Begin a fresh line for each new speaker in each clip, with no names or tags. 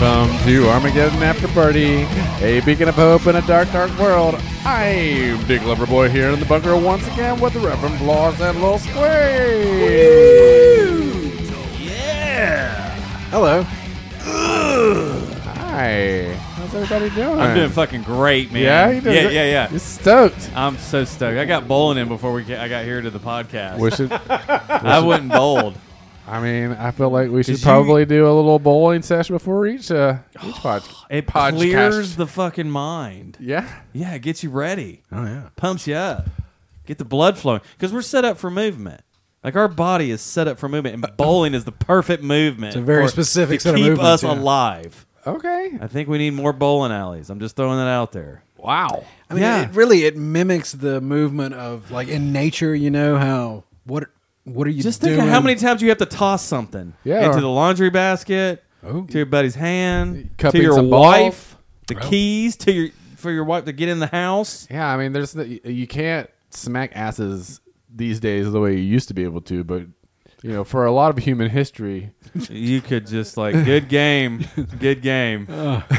Welcome to Armageddon After Party, a beacon of hope in a dark, dark world. I'm Dick Loverboy here in the bunker once again with the Reverend Laws and Lil Square.
Yeah.
Hello. Hi. How's everybody doing?
I'm doing fucking great, man.
Yeah, you doing
yeah,
great.
yeah, yeah.
You're stoked.
I'm so stoked. I got bowling in before we ca- I got here to the podcast.
We should.
I wouldn't bowled.
I mean, I feel like we should
you-
probably do a little bowling session before each uh, each pod-
It
podcast.
clears the fucking mind.
yeah.
Yeah, it gets you ready.
Oh yeah.
Pumps you up. Get the blood flowing because we're set up for movement. Like our body is set up for movement, and bowling is the perfect movement.
It's a very
for-
specific
to
set of
keep us
movements, yeah.
alive.
Okay.
I think we need more bowling alleys. I'm just throwing that out there.
Wow.
I mean,
Yeah.
it really it mimics the movement of like in nature. You know how what what are you
Just
doing?
think of how many times you have to toss something
Yeah.
into the laundry basket,
Oh.
to your buddy's hand,
Cupping
to your
some
wife, the keys to your for your wife to get in the house.
Yeah, I mean, there's the, you can't smack asses these days the way you used to be able to, but you know, for a lot of human history,
You could just like good game, good game.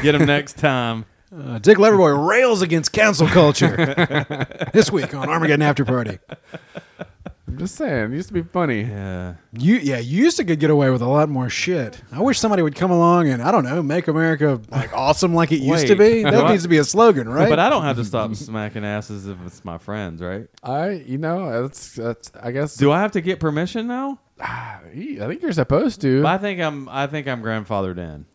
Get them next time.
Uh, Dick Leverboy rails against council culture this week on Armageddon After Party.
I'm just saying, it used to be funny.
Yeah,
You yeah, you used to could get away with a lot more shit. I wish somebody would come along and I don't know, make America like awesome like it used to
Wait.
be. That
What?
needs to be a slogan, right?
but I don't have to stop smacking asses if it's my friends, right?
I, you know, that's that's. I guess
Do I have to get permission now?
I think you're supposed to.
I think I'm. I think I'm grandfathered in.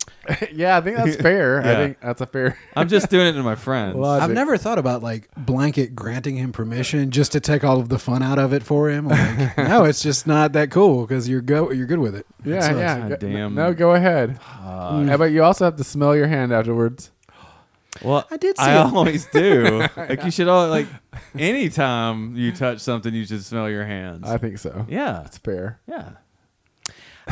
yeah, I think that's fair. I
Yeah.
think that's a fair.
I'm just doing it to my friends.
Logic.
I've never thought about like blanket granting him permission just to take all of the fun out of it for him. Like, no, it's just not that cool because you're go you're good with it. It
Yeah,
sucks.
yeah.
God
Go-
damn. Uh,
No, go ahead. Yeah, but you also have to smell your hand afterwards.
Well,
I did see
I
it.
always do. like you should all like anytime you touch something, you should smell your hands.
I think so.
yeah,
It's fair.
yeah.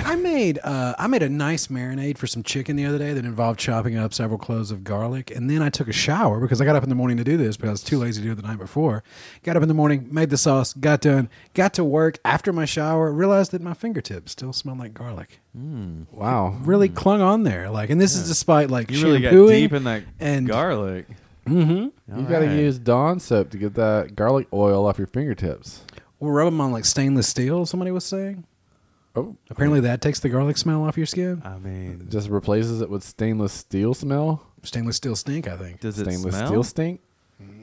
I made uh, I made a nice marinade for some chicken the other day that involved chopping up several cloves of garlic, and then I took a shower because I got up in the morning to do this, but I was too lazy to do it the night before. Got up in the morning, made the sauce, got done, got to work after my shower, realized that my fingertips still smelled like garlic.
Wow.
Really clung on there, like, and this is despite like
Mm. You really got
shampooing
deep in that
and-
garlic.
Mm-hmm. you got to
right.
use Dawn soap to get that garlic oil off your fingertips.
Or rub them on like stainless steel. Somebody was saying.
Oh,
Apparently, that takes the garlic smell off your skin.
I mean,
just replaces it with stainless steel smell.
Stainless steel stink, I think.
does it
stainless
smell?
steel Oh, stink.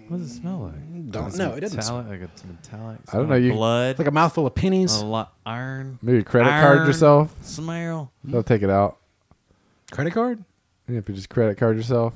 what does it smell like?
Don't know. It doesn't. Smell.
Metallic, like it's metallic.
I don't
smell,
know, you-
blood,
Like a mouthful of pennies.
a lot iron.
Maybe credit card
iron Hmm.
yourself.
Smell.
They'll take it out.
Credit card.
And if you just credit card yourself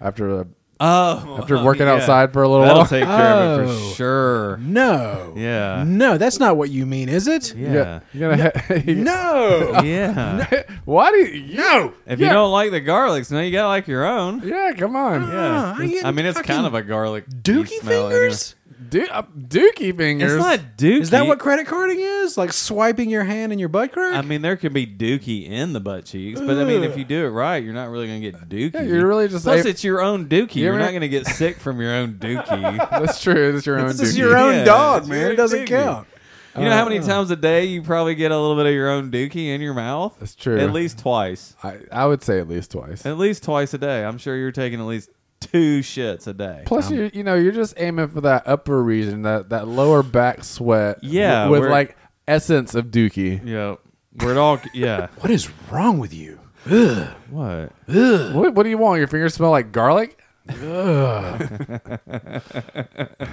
after a,
Oh,
after
oh,
working
yeah.
outside for a little
that'll
while.
take care of it
Oh.
for sure.
No.
Yeah.
No, that's not what you mean, is it?
Yeah.
You're gonna ha-
No.
Yeah.
Why do you? No.
If you don't like the garlic smell, you gotta like your own.
Yeah, come on.
Yeah.
I'm getting
I mean, it's kind
fucking
of a garlic
Dookie
smell anyway.
fingers?
Du- uh, dookie fingers.
It's not dookie.
Is that what credit carding is? Like swiping your hand in your butt crack?
I mean, there can be dookie in the butt cheeks, but I mean, if you do it right, you're not really gonna get dookie.
Yeah, you're really just
Plus,
a-
it's your own dookie. You're,
You're
not
right.
gonna get sick from your own dookie.
That's true. It's your own.
this is
dookie.
your own
Yeah,
dog,
it's
man.
your
It doesn't
dookie.
count.
You know how many times a day you probably get a little bit of your own dookie in your mouth?
That's true.
At least twice.
I, I would say at least twice.
At least twice a day. I'm sure you're taking at least two shits a day.
Plus, you you know you're just aiming for that upper region, that that lower back sweat.
Yeah,
w- with
we're-
like essence of dookie.
yeah, we're all yeah.
What is wrong with you?
What?
What, what do you want? Your fingers smell like garlic?
I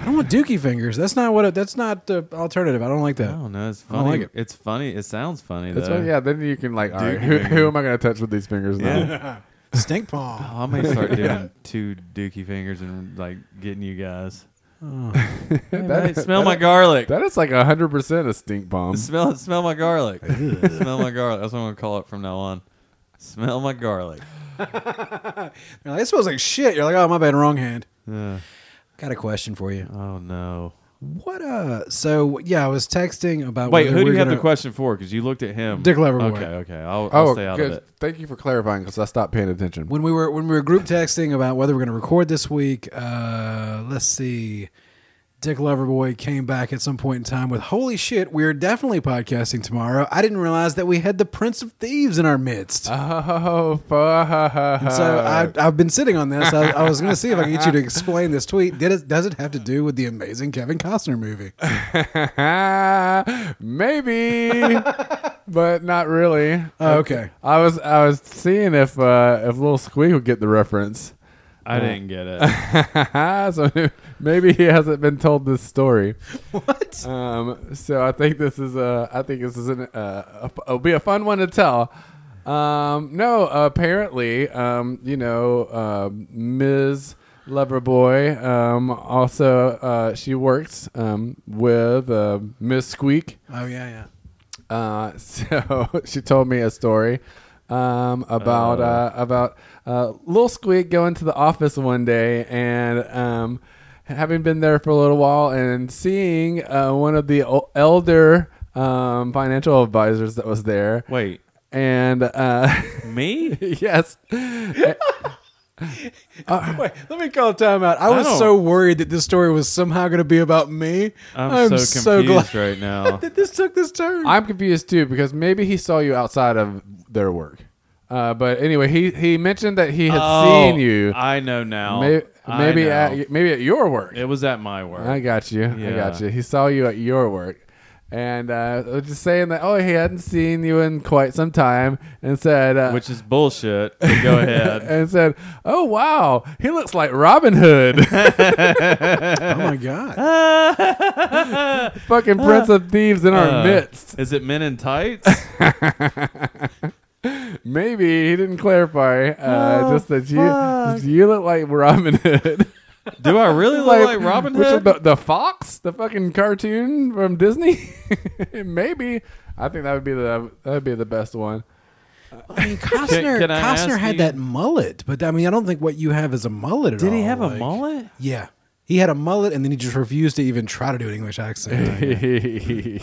don't want dookie fingers. That's not what. It, that's not the alternative. I don't like
I
that.
don't know. Oh, It's
don't
funny.
like it.
It's funny. It sounds funny
That's
though.
why, yeah. Then you can like, all right,
Dookie
who, who
finger.
am I going to touch with these fingers now?
Yeah.
Stink palm.
Oh, I may start doing two dookie fingers and like getting you guys.
Oh.
Hey, mate, smell my garlic.
That is like hundred percent a stink bomb.
smell smell my garlic. smell my garlic. That's what I'm gonna call it from now on. Smell my garlic.
You're like, it smells like shit. You're like, oh my bad, wrong hand.
Yeah.
Got a question for you.
oh no.
What uh? So yeah, I was texting about.
Wait,
whether
who do
we're
you have the
gonna-
question for? Because you looked at him.
Dick Leverboy.
Okay, okay. I'll, I'll
Oh,
stay out of
good.
it.
Thank you for clarifying because I stopped paying attention.
When we were when we were group texting about whether we're going to record this week, uh, let's see. Dick Loverboy came back at some point in time with, "Holy shit, we're definitely podcasting tomorrow. I didn't realize that we had the Prince of Thieves in our midst."
Oh, fuck.
so
Uh-huh.
I, I've been sitting on this. I, I was going to see if I could get you to explain this tweet. Did it, does it have to do with the amazing Kevin Costner movie?
Maybe, but not really.
Oh, okay.
I was I was seeing if uh, if little Squeak would get the reference.
I didn't get it.
so maybe he hasn't been told this story.
What?
Um, so I think this is a I think this is an uh, a- it'll be a fun one to tell. Um, no, apparently, um, you know, uh, Ms. Loverboy. Um, also, uh, she works um, with uh, Miss Squeak.
Oh yeah, yeah.
Uh, so she told me a story um,
Oh.
about uh, about uh, Lil Squeak going to the office one day and um, having been there for a little while and seeing uh, one of the o- elder um, financial advisors that was there.
Wait,
And uh,
me?
yes,
Wait, let me call time out. I was
don't-
so worried that this story was somehow going to be about me.
I'm, so confused
glad
right now.
that this took this turn.
I'm confused too because maybe he saw you outside of their work. Uh, but anyway, he, he mentioned that he had
Oh,
seen you.
I know now.
Maybe
I
maybe
know.
at maybe at your work.
it was at my work.
I got you. I got
Yeah.
you. He saw you at your work. And uh, was just saying that, oh, he hadn't seen you in quite some time, and said, uh,
which is bullshit. but Go ahead.
and said, oh wow, he looks like Robin Hood,
oh my god.
fucking Prince of Thieves in our
Uh,
midst.
Is it men in tights?
Maybe he didn't clarify, uh,
Oh,
just that
fuck.
you you look like Robin Hood.
Do I really look like, Robin
which is
Hood?
the, the fox, the fucking cartoon from Disney. Maybe I think that would be the that would be the best one.
I mean, Costner.
can I
Costner
ask
had
you-
that mullet, but I mean, I don't think what you have is a mullet at all.
Did he have a
like-
mullet?
Yeah, he had a mullet, and then he just refused to even try to do an English accent.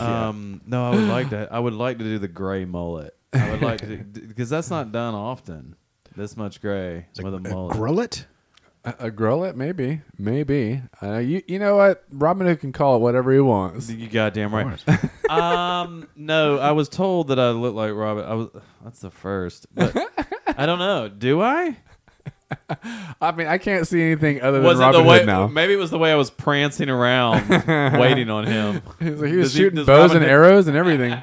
Um, no, I would like to. I would like to do the gray mullet. I would like to because that's not done often. This much gray with a mullet.
Grullet.
A, a grullet, maybe, maybe. Uh, you you know what? Robin Hood can call it whatever he wants.
you goddamn right. um, no, I was told that I look like Robin. I was. That's the first. But I don't know. Do I?
I mean, I can't see anything other than
Was it
Robin
the way?
Hood now.
Maybe it was the way I was prancing around, waiting on him.
He was, he was
Does he-
shooting
does
bows
Robin
and
Hood-
arrows and everything.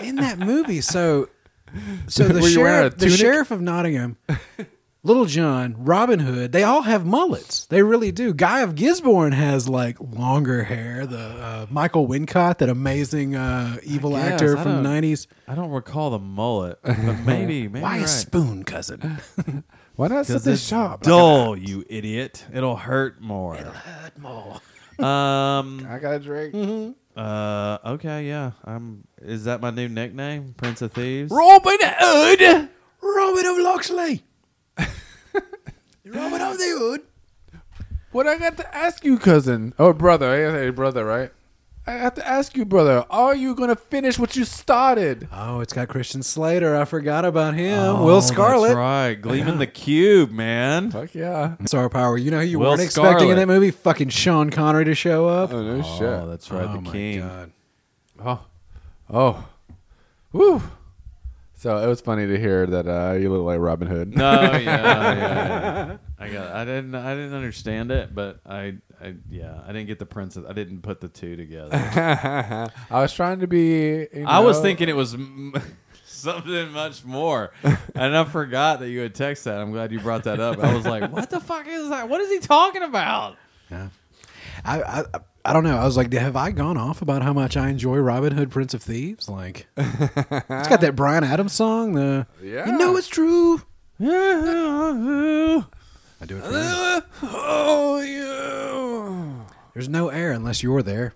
in that movie. So, so the
Were you wearing a
sheriff, the
tunic?
sheriff of Nottingham, Little John, Robin Hood, they all have mullets. They really do. Guy of Gisborne has like longer hair. The uh, Michael Wincott, that amazing uh, evil
guess,
actor
I
from the
don't-
nineties.
I don't recall the mullet, but maybe. maybe
Why
you're
a
right.
spoon, cousin?
Why not something sharp? like
dull, you idiot. It'll hurt more. Um.
a- I got a drink.
Uh. Okay. Yeah. I'm. Is that my new nickname, Prince of Thieves?
Robin Hood, Robin of Locksley, Robin of the Hood.
What I got to ask you, cousin or brother? I gotta say brother, right? I have to ask you, brother. Are you gonna finish what you started?
Oh, it's got Christian Slater. I forgot about him. Will
Oh,
Scarlet.
That's right. Gleaming the cube, man.
Fuck yeah!
Star Power. You know who you
Will
weren't expecting
Scarlet.
in that movie? Fucking Sean Connery to show up.
Oh no
Oh,
shit.
that's right.
Oh
the
my
king.
God.
Oh, oh, woo. So it was funny to hear that uh, you look like Robin Hood.
No. Oh, Yeah. yeah, yeah. I got. I didn't. I didn't understand it, but I. I. Yeah. I didn't get the Prince of. I didn't put the two together.
I was trying to be. you
I was
know-
thinking it was m- something much more, and I forgot that you had texted that. I'm glad you brought that up. I was like, "What the fuck is that? What is he talking about?"
Yeah. I, I I don't know. I was like, have I gone off about how much I enjoy Robin Hood, Prince of Thieves? Like, it's got that Brian Adams song. The
Yeah.
you know it's true.
Oh,
I do it. For you.
Oh,
you.
There's no air unless you're there,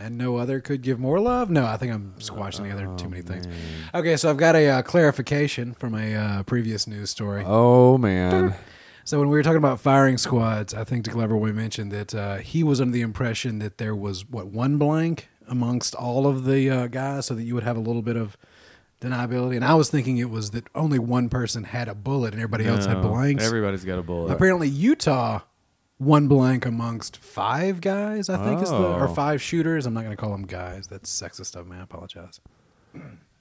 and no other could give more love. No, I think I'm squashing together too many things. Okay, so I've got a uh, clarification from a uh, previous news story.
Oh man.
So when we were talking about firing squads, I think DeClever we mentioned that uh, he was under the impression that there was what one blank amongst all of the uh, guys, so that you would have a little bit of deniability. And I was thinking it was that only one person had a bullet and everybody else had blanks.
Everybody's got a bullet.
Apparently, Utah one blank amongst five guys, I think is the or
Oh.
five shooters. I'm not going to call them guys. That's sexist of me. I apologize.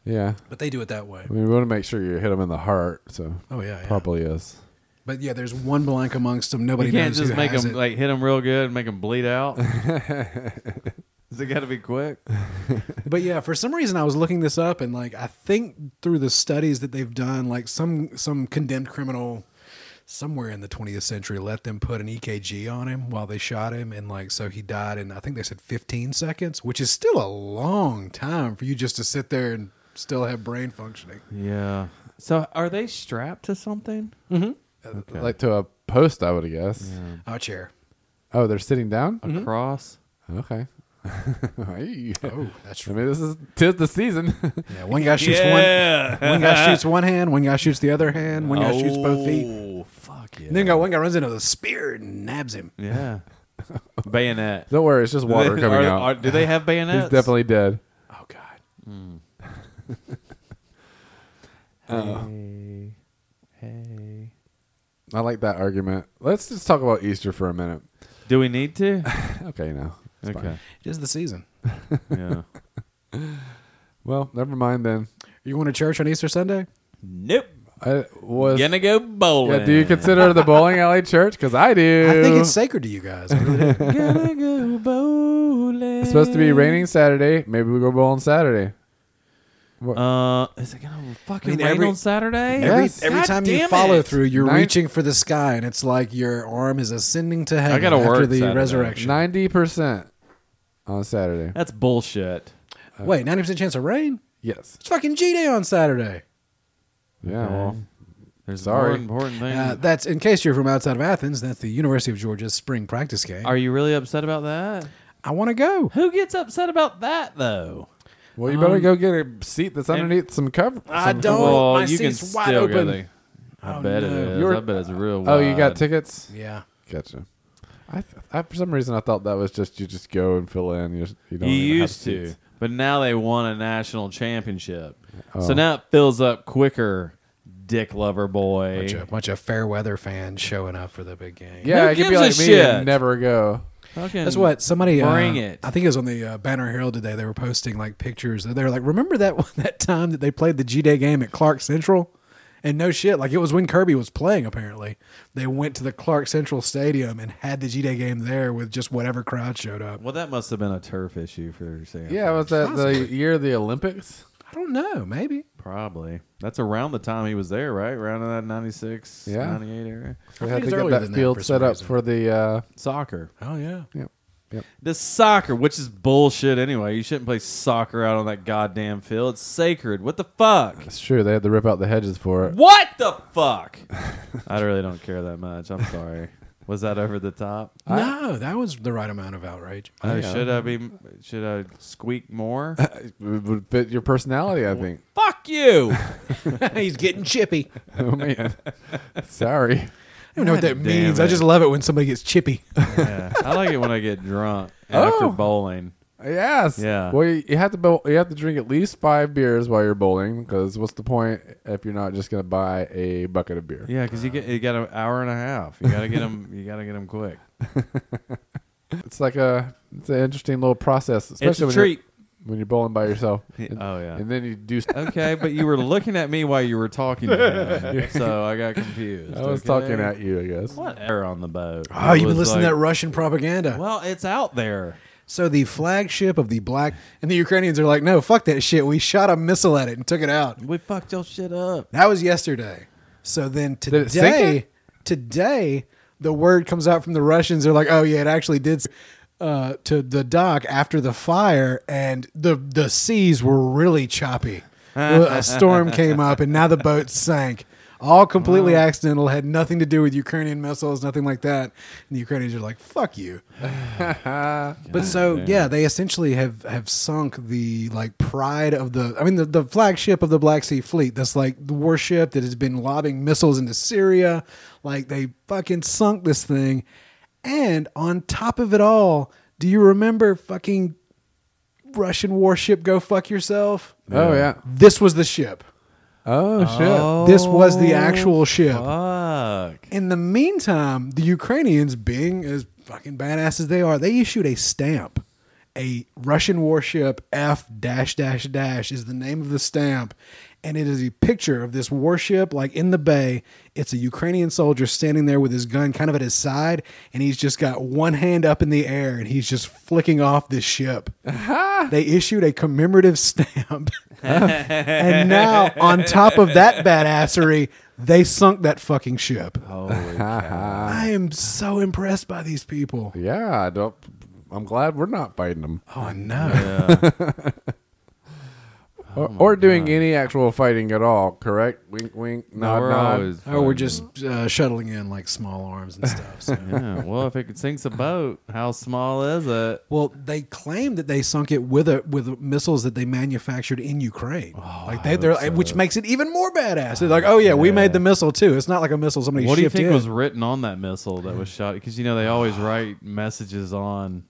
Yeah.
But they do it that way.
I mean, we want to make sure you hit him in the heart. So
Oh yeah, yeah.
probably is.
But yeah, there's one blank amongst them. Nobody
You can't
knows
just
who
make
has
them
it.
like hit them real good and make them bleed out. Does it got to be quick?
But yeah, for some reason I was looking this up and like I think through the studies that they've done, like some some condemned criminal somewhere in the 20th century let them put an EKG on him while they shot him and like so he died in I think they said 15 seconds, which is still a long time for you just to sit there and still have brain functioning.
Yeah. So are they strapped to something? Okay.
Like to a post, I would guess.
Oh, chair.
Oh, they're sitting down?
A cross?
Okay. Hey.
Oh, that's
I
true.
mean, this is tis the season.
Yeah, one guy shoots one one guy shoots one hand, one guy shoots the other hand, one guy shoots both feet. And
Oh, fuck yeah.
then you got one guy runs into the spear and nabs him.
yeah. Bayonet.
Don't worry, it's just water
Are-
coming out.
are- do they have bayonets?
He's definitely dead.
Oh god.
Oh.
uh,
Hey. Hey.
I like that argument. Let's just talk about Easter for a minute.
Do we need to?
Okay, now.
okay.
It is the season.
Yeah.
Well, never mind then.
You going to church on Easter Sunday?
nope.
I was.
Gonna go bowling.
Yeah, do you consider the bowling alley church? Because I do.
I think it's sacred to you guys. I really do.
Gonna go bowling.
It's supposed to be raining Saturday. Maybe we go bowling Saturday. What-
Uh, is it gonna fucking
I mean,
rain
every-
on Saturday?
Yeah.
every
Yes.
every
God
time you
damn
follow
it.
through, you're
Nine-
reaching for the sky, and it's like your arm is ascending to heaven
gotta
after
work
the
Saturday.
resurrection.
Ninety percent on Saturday.
That's bullshit.
Uh, Wait, ninety percent chance of rain?
Yes.
It's fucking G Day on Saturday.
Yeah.
Okay.
Well,
There's
Sorry.
more important things.
Uh, that's in case you're from outside of Athens. That's the University of Georgia's spring practice game.
Are you really upset about that?
I want to go.
Who gets upset about that though?
well, you better
Um,
go get a seat that's underneath some cover.
I
some-
don't.
well,
my
you can
seat's wide
still go
open.
there. I
Oh,
bet
no.
it is.
You're-
I bet it's real.
Oh, you got
wide.
tickets?
Yeah.
Gotcha. I, th- I for some reason I thought that was just you just go and fill in. You, you
You
don't. even have
used to,
seats.
but now they won a national championship,
Oh.
so now it fills up quicker. Dick lover boy.
Bunch of, bunch of fair weather fans showing up for the big game.
Yeah,
Who
it could be
gives a
like me and
shit?
never go.
Fucking-
That's what somebody uh,
Bring it.
I think it was on the uh, Banner Herald today. They were posting like pictures. They were like, "Remember that one, that time that they played the G Day game at Clark Central?" And no shit, like it was when Kirby was playing. Apparently, they went to the Clark Central Stadium and had the G Day game there with just whatever crowd showed up.
Well, that must have been a turf issue for Sam.
Yeah, was that the
Possibly.
year of the Olympics?
I don't know, maybe.
Probably. That's around the time he was there, right? Around that 96,
Yeah.
98 area.
We
think
had to
it's
get
earlier
that
than that
field
for some
set up
reason.
for the. Uh,
Soccer.
Oh yeah,
yep, yep.
The soccer, which is bullshit anyway. You shouldn't play soccer out on that goddamn field. It's sacred. What the fuck?
It's true. They had to rip out the hedges for it.
What the fuck? I really don't care that much. I'm sorry. Was that over the top?
no, that was the right amount of outrage.
Uh, should I be? Should I squeak more?
It would fit your personality, I think.
fuck you.
He's getting chippy. I
oh man, sorry.
don't know what that
God damn
means. I
it.
just love it when somebody gets chippy.
Yeah. I like it when I get drunk after
Oh.
bowling.
Yes.
Yeah.
Well, you, you have to bowl, you have to drink at least five beers while you're bowling because what's the point if you're not just gonna buy a bucket of beer?
Yeah, because you get you got an hour and a half. You gotta get them. You gotta get them quick.
It's like a it's an interesting little process, especially
it's a
when
treat.
You're, when you're bowling by yourself. And,
Oh yeah.
and then you do.
Okay, but you were looking at me while you were talking to me, so I got confused.
I was
okay?
talking at you, I guess.
What error on the boat?
Oh,
It
you've
was
been listening to that
like,
Russian propaganda.
Well, it's out there.
So the flagship of the black and the Ukrainians are like, no, fuck that shit. We shot a missile at it and took it out.
We fucked your shit up.
That was yesterday. So then
it sink
today, today the word comes out from the Russians. They're like, oh yeah, it actually did s- uh, to the dock after the fire, and the the seas were really choppy. a storm came up, and now the boat sank. All completely accidental, had nothing to do with Ukrainian missiles, nothing like that. And the Ukrainians are like, "Fuck you." But so
damn.
yeah, they essentially have have sunk the like pride of the I mean the, the flagship of the Black Sea Fleet. That's like the warship that has been lobbing missiles into Syria. Like they fucking sunk this thing. And on top of it all, do you remember fucking Russian warship go fuck yourself?
Oh yeah.
This was the ship.
Oh shit!
This was the actual ship.
Fuck.
In the meantime, the Ukrainians, being as fucking badass as they are, they issued a stamp. A Russian warship F dash dash dash is the name of the stamp. And it is a picture of this warship, like in the bay. It's a Ukrainian soldier standing there with his gun kind of at his side, and he's just got one hand up in the air and he's just flicking off this ship. They issued a commemorative stamp. and now, on top of that badassery, they sunk that fucking ship.
Holy
I am so impressed by these people.
Yeah, I don't, I'm glad we're not fighting them
Oh, I know.
yeah. Oh
or, or doing any actual fighting at all. Correct? Wink, wink.
no,
Nod,
we're
nod.
always.
Or we're
fighting.
just uh, shuttling in like small arms and stuff. So.
yeah. Well, if it sinks a boat, how small is it?
well, they claim that they sunk it with a, with missiles that they manufactured in Ukraine.
Oh,
like they, they're, which makes it even more badass. They're like, oh yeah, we made the missile too. It's not like a missile somebody
What do you
shipped
think
in.
was written on that missile that was shot? Because you know they always write messages on.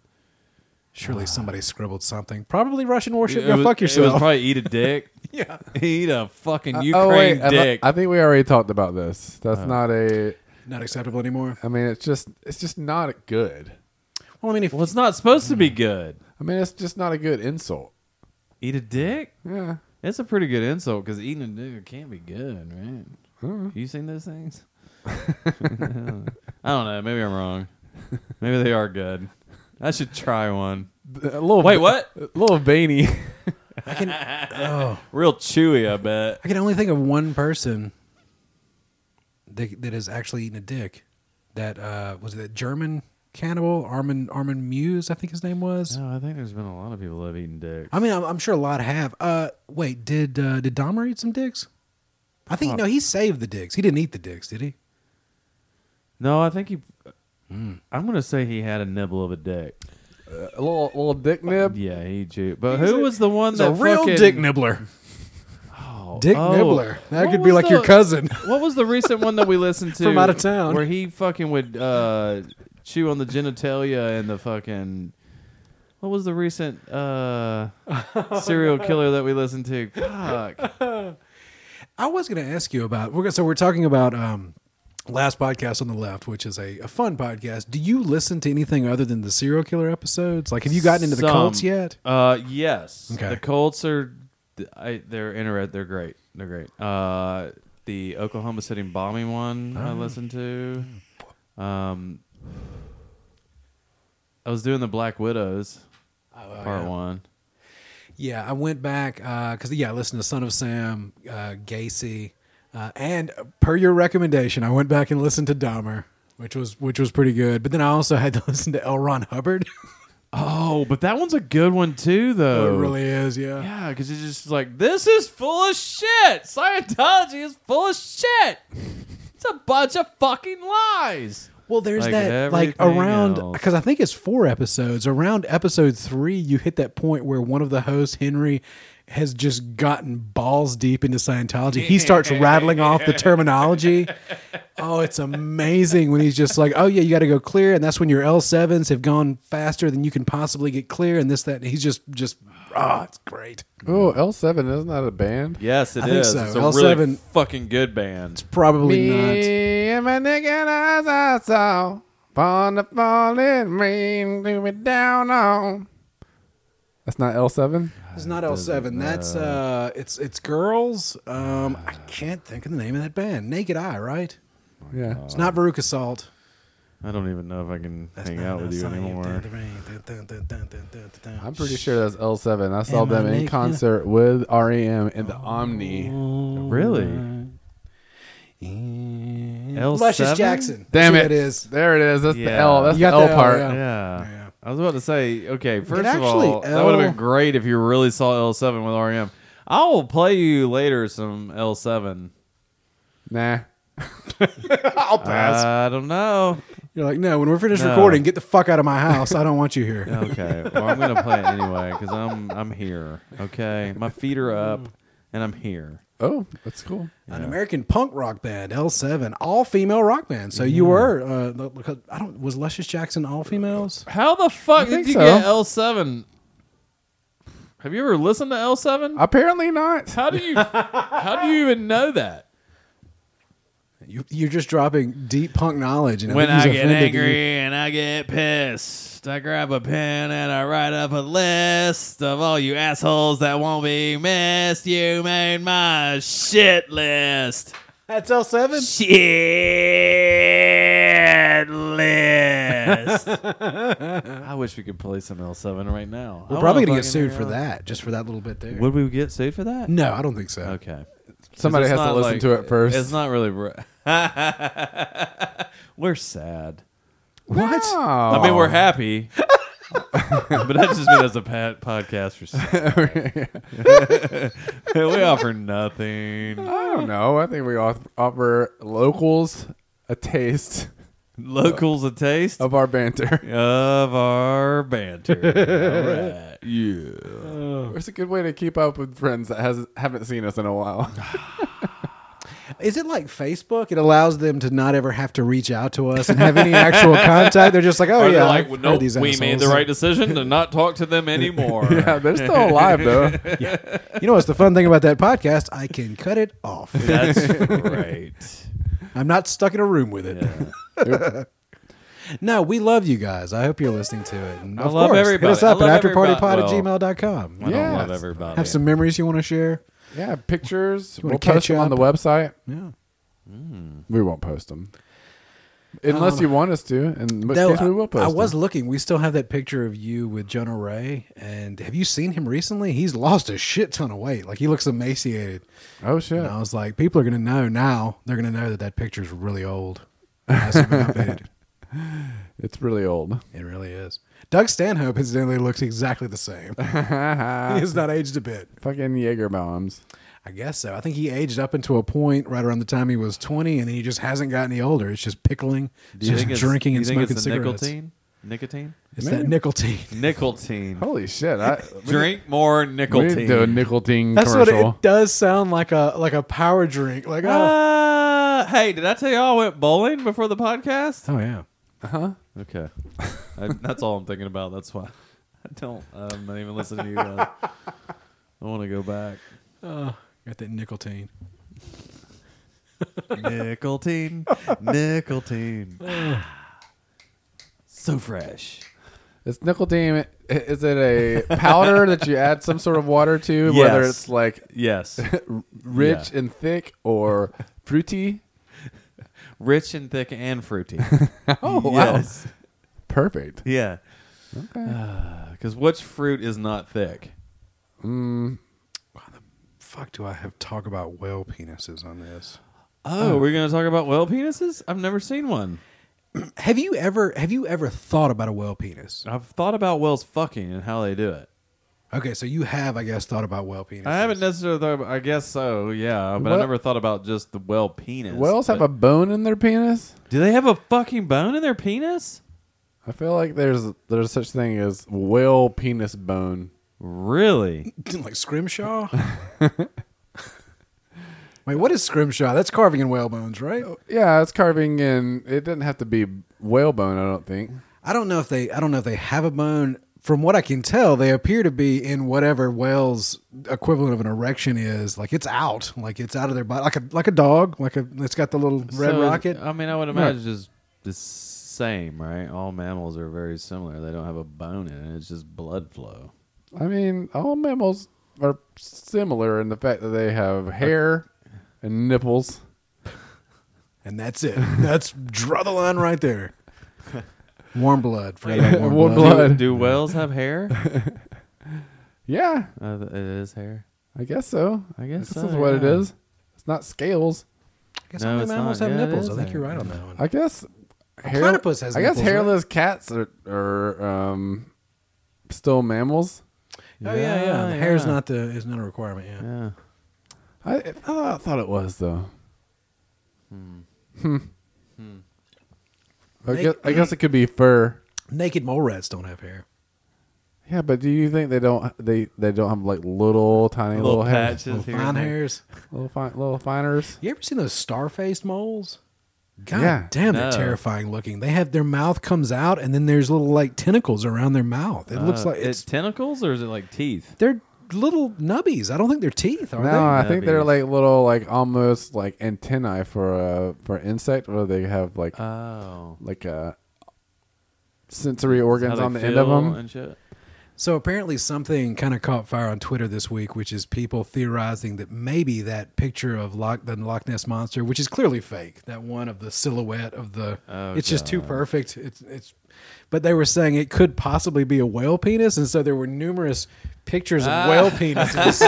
Surely somebody scribbled something. Probably Russian warship.
It
Go
was-
fuck
It was
yourself. Uh,
probably eat a dick.
yeah.
eat a fucking
Oh,
Ukraine
I-
dick. Uh.
I, think we already talked about this. That's not a.
Not acceptable anymore.
I mean, it's just it's just not good.
Well, I mean, if
well, it's not supposed to be good.
I mean, it's just not a good insult.
Eat a dick.
Yeah.
That's a pretty good insult because eating a dick can't be good, right? You seen those things? I don't know. Maybe I'm wrong. Maybe they are good. I should try one.
A little.
Wait,
ba-
what?
A little veiny.
I can, oh,
Real chewy, I bet.
I can only think of one person that, that has actually eaten a dick. That uh, was that German cannibal Armin Armin Muse, I think his name was.
No, I think there's been a lot of people that have eaten dick.
I mean, I'm, I'm sure a lot have. Uh, wait, did uh, did Dahmer eat some dicks? I think no, he saved the dicks. He didn't eat the dicks, did he?
No, I think he. I'm gonna say he had a nibble of a dick.
a little little dick nib.
Yeah, he chewed. But who was the one
He's
that
a real
fucking-
dick nibbler.
Oh,
Dick
oh.
nibbler. That
What
could be
was
like your
the-
cousin.
What was the recent one that we listened to
From out of town.
where he fucking would uh, chew on the genitalia and the fucking. What was the recent uh, serial killer that we listened to? Fuck.
I was going to ask you about. We're gonna, so we're talking about um, last podcast on the left, which is a, a fun podcast. Do you listen to anything other than the serial killer episodes? Like, have you gotten into the
Some-
cults yet?
Uh, yes.
Okay.
The Colts are, I, they're inter- They're great. They're great. Uh, the Oklahoma City bombing one
Oh.
I listened to. Um, I was doing the Black Widows
Oh,
part one.
Yeah, I went back because yeah, I listened to Son of Sam, uh, Gacy, uh, and per your recommendation, I went back and listened to Dahmer, which was which was pretty good. But then I also had to listen to L. Ron Hubbard.
Oh, but that one's a good one too, though.
it really is, yeah.
Yeah, because it's just like this is full of shit. Scientology is full of shit. It's a bunch of fucking lies.
Well, there's
Like
that like
everything
around
else.
because I think it's four episodes. Around episode three, you hit that point where one of the hosts, Henry, has just gotten balls deep into Scientology. He starts rattling off the terminology. Oh, it's amazing when he's just like, "Oh yeah, you got to go clear," and that's when your L sevens have gone faster than you can possibly get clear, and this that. And he's just just ah, it's great.
Oh, L seven isn't that a band?
Yes, it is.
I think so.
It's a really
L7
fucking good band.
Probably not.
Me and my naked eyes I saw upon the falling rain blew me down on. That's not L seven.
It's not L seven. That's uh, it's it's girls. Um, I can't think of the name of that band. Naked Eye, right?
Oh
Yeah.
It's not Veruca Salt.
I don't even know if I can hang out with you anymore.
I'm pretty sure that's L seven. I saw
Am I
them in
naked?
concert with REM in the
Oh.
Omni.
Really? L7?
Luscious Jackson.
Damn
That's
it!
who It is.
There it is. That's the
Yeah.
L. That's
You
the
got
L
the L,
part.
yeah.
Yeah.
Oh, Yeah.
I was about to say, okay, first of
actually
all, that would have
L-
been great if you really saw L7 with REM. I will play you later some L7.
Nah.
I'll pass.
I don't know.
You're like, no. When we're finished
Uh, No.
recording, get the fuck out of my house. I don't want you here.
Okay. Well, I'm gonna play it anyway because I'm I'm here. Okay, my feet are up and I'm here.
Oh, that's cool.
An American punk rock band, L7, all female rock band. So you were, uh, the- because I don't. Was Luscious Jackson all females?
How the fuck
I
did
think
you
so.
get L seven? Have you ever listened to L seven?
Apparently not.
How do you how do you even know that?
You, you're just dropping deep punk knowledge. And
When
think he's
I get
offended that you-
angry and I get pissed, I grab a pen and I write up a list of all you assholes that won't be missed. You made my shit list.
that's L seven.
Shit list. I wish we could play some L7 right now.
We're probably gonna get sued for that, just for that little bit there.
Would we get sued for that?
No, I don't think so.
Okay.
Somebody
It's
has to
not
listen
like-
to it first.
It's not really. r- we're sad.
What?
No.
I mean, we're happy. but that's just been as a pat- podcast for sad. we offer nothing.
I don't know. I think we off- offer locals a taste
Locals a taste
of our banter.
of our banter. All right. Yeah.
It's a good way to keep up with friends that has haven't seen us in a while.
Is it like Facebook? It allows them to not ever have to reach out to us and have any actual contact. They're just like, oh
Are they
yeah,
like,
I've
well,
heard
nope,
these
we made the
assholes."
right decision to not talk to them anymore.
yeah, they're still alive though.
You know what's the fun thing about that podcast? I can cut it off.
That's great.
I'm not stuck in a room with it. no, we love you guys. I hope you're listening to it. And
I
of
love
course,
everybody.
Hit us up
I love
at afterpartypod at
everybody.
gmail.com.
I don't love
Yes.
everybody.
Have some memories you want to share?
Yeah, pictures.
wanna
We'll post
catch
them on the
up?
website.
Yeah.
We won't post them unless
Um,
you want us to. In which
Though,
case, we will post.
I was
them.
looking. We still have that picture of you with Jonah Ray. And have you seen him recently? He's lost a shit ton of weight. Like he looks emaciated.
Oh shit!
And I was like, people are going to know now. They're going to know that that picture's really old. It hasn't been updated.
It's really old.
It really is. Doug Stanhope incidentally looks exactly the same. he has not aged a bit.
Fucking Jaeger bombs.
I guess so. I think he aged up into a point right around the time he was 20, and then he just hasn't gotten any older. It's just pickling,
Do you
just
think it's-
drinking
do
and
you think
smoking
it's the
cigarettes.
Nicotine? Nicotine?
It's that nicotine.
Nicotine.
Holy shit! I,
Drink more
we need to do a
nicotine.
nicotine
That's what it,
commercial.
it does sound like a like a power drink. Like oh,
Uh, hey, did I tell you I went bowling before the podcast?
oh yeah.
Okay, I, that's all I'm thinking about. That's why I don't. I'm not even listening to you guys. I want to go back.
Got that nicotine.
Nicotine, nicotine, so fresh.
It's nicotine. Is it a powder that you add some sort of water to? Whether
Yes.
it's like
Yes,
rich
Yeah.
and thick or fruity.
rich and thick and fruity.
Oh
yes.
Perfect.
Yeah.
Uh,
Because which fruit is not thick?
Fuck, do I have talk about whale penises on this?
Oh, we're gonna talk about whale penises. I've never seen one.
Have you ever have you ever thought about a whale penis?
I've thought about whales fucking and how they do it.
Okay, so you have, I guess, thought about whale penises.
I haven't necessarily thought about, I guess so, yeah. But I
Well-
never thought about just the whale penis.
Whales have a
but-
bone in their penis.
Do they have a fucking bone in their penis?
I feel like there's there's such thing as whale penis bone.
Really?
like scrimshaw. Wait, what is scrimshaw? That's carving in whale bones, right?
Oh.
Yeah, it's carving in. It doesn't have to be whale bone. I don't think.
I don't know if they I don't know if they have a bone. From what I can tell, they appear to be in whatever whale's equivalent of an erection is. Like it's out, like it's out of their body, like a like a dog, like a it's got the little red
So is- uh,
rocket.
I mean, I would imagine just the same, right? All mammals are very similar. They don't have a bone in it. It's just blood flow.
I mean, all mammals are similar in the fact that they have hair and nipples.
and that's it. That's draw the line right there. Warm blood, forget about warm,
Warm
blood.
blood.
Do, do whales have hair?
Yeah,
uh, it is hair.
I guess so.
I guess
this is
so,
what it
yeah.
is. It's not scales.
I guess
No,
all
it's
mammals
not.
have
Yeah, it
nipples.
is
I think
there.
you're right on that one.
I guess
platypus has
I guess
nipples, right?
hairless cats are are um, still mammals.
oh yeah, yeah. The hair's not the is not a requirement. Yeah.
Yeah.
I, I thought- I thought it was though. Hmm. I
Hmm. They-
guess I guess it could be fur.
Naked mole rats don't have hair.
Yeah, but do you think they don't they they don't have like little tiny little,
Little patches
hairs,
Little
here and
fine
there.
hairs.
little fine little finers?
You ever seen those star-faced moles? God
Yeah.
damn, they're
No.
terrifying looking. They have their mouth comes out, and then there's little like tentacles around their mouth. It looks
Uh,
like it's
tentacles or is it like teeth?
they're little nubbies. I don't think they're teeth, are
No, I think they're
Nubbies.
like little, like almost like antennae for a for insect, where they have like
Oh.
like a sensory
How
organs
they
on the end of
feel
them.
and shit.
they? So apparently something kind of caught fire on Twitter this week, which is people theorizing that maybe that picture of Loch, the Loch Ness monster, which is clearly fake, that one of the silhouette of the,
Oh,
it's just too perfect. It's it's, but they were saying it could possibly be a whale penis, and so there were numerous pictures of
Ah.
whale penises.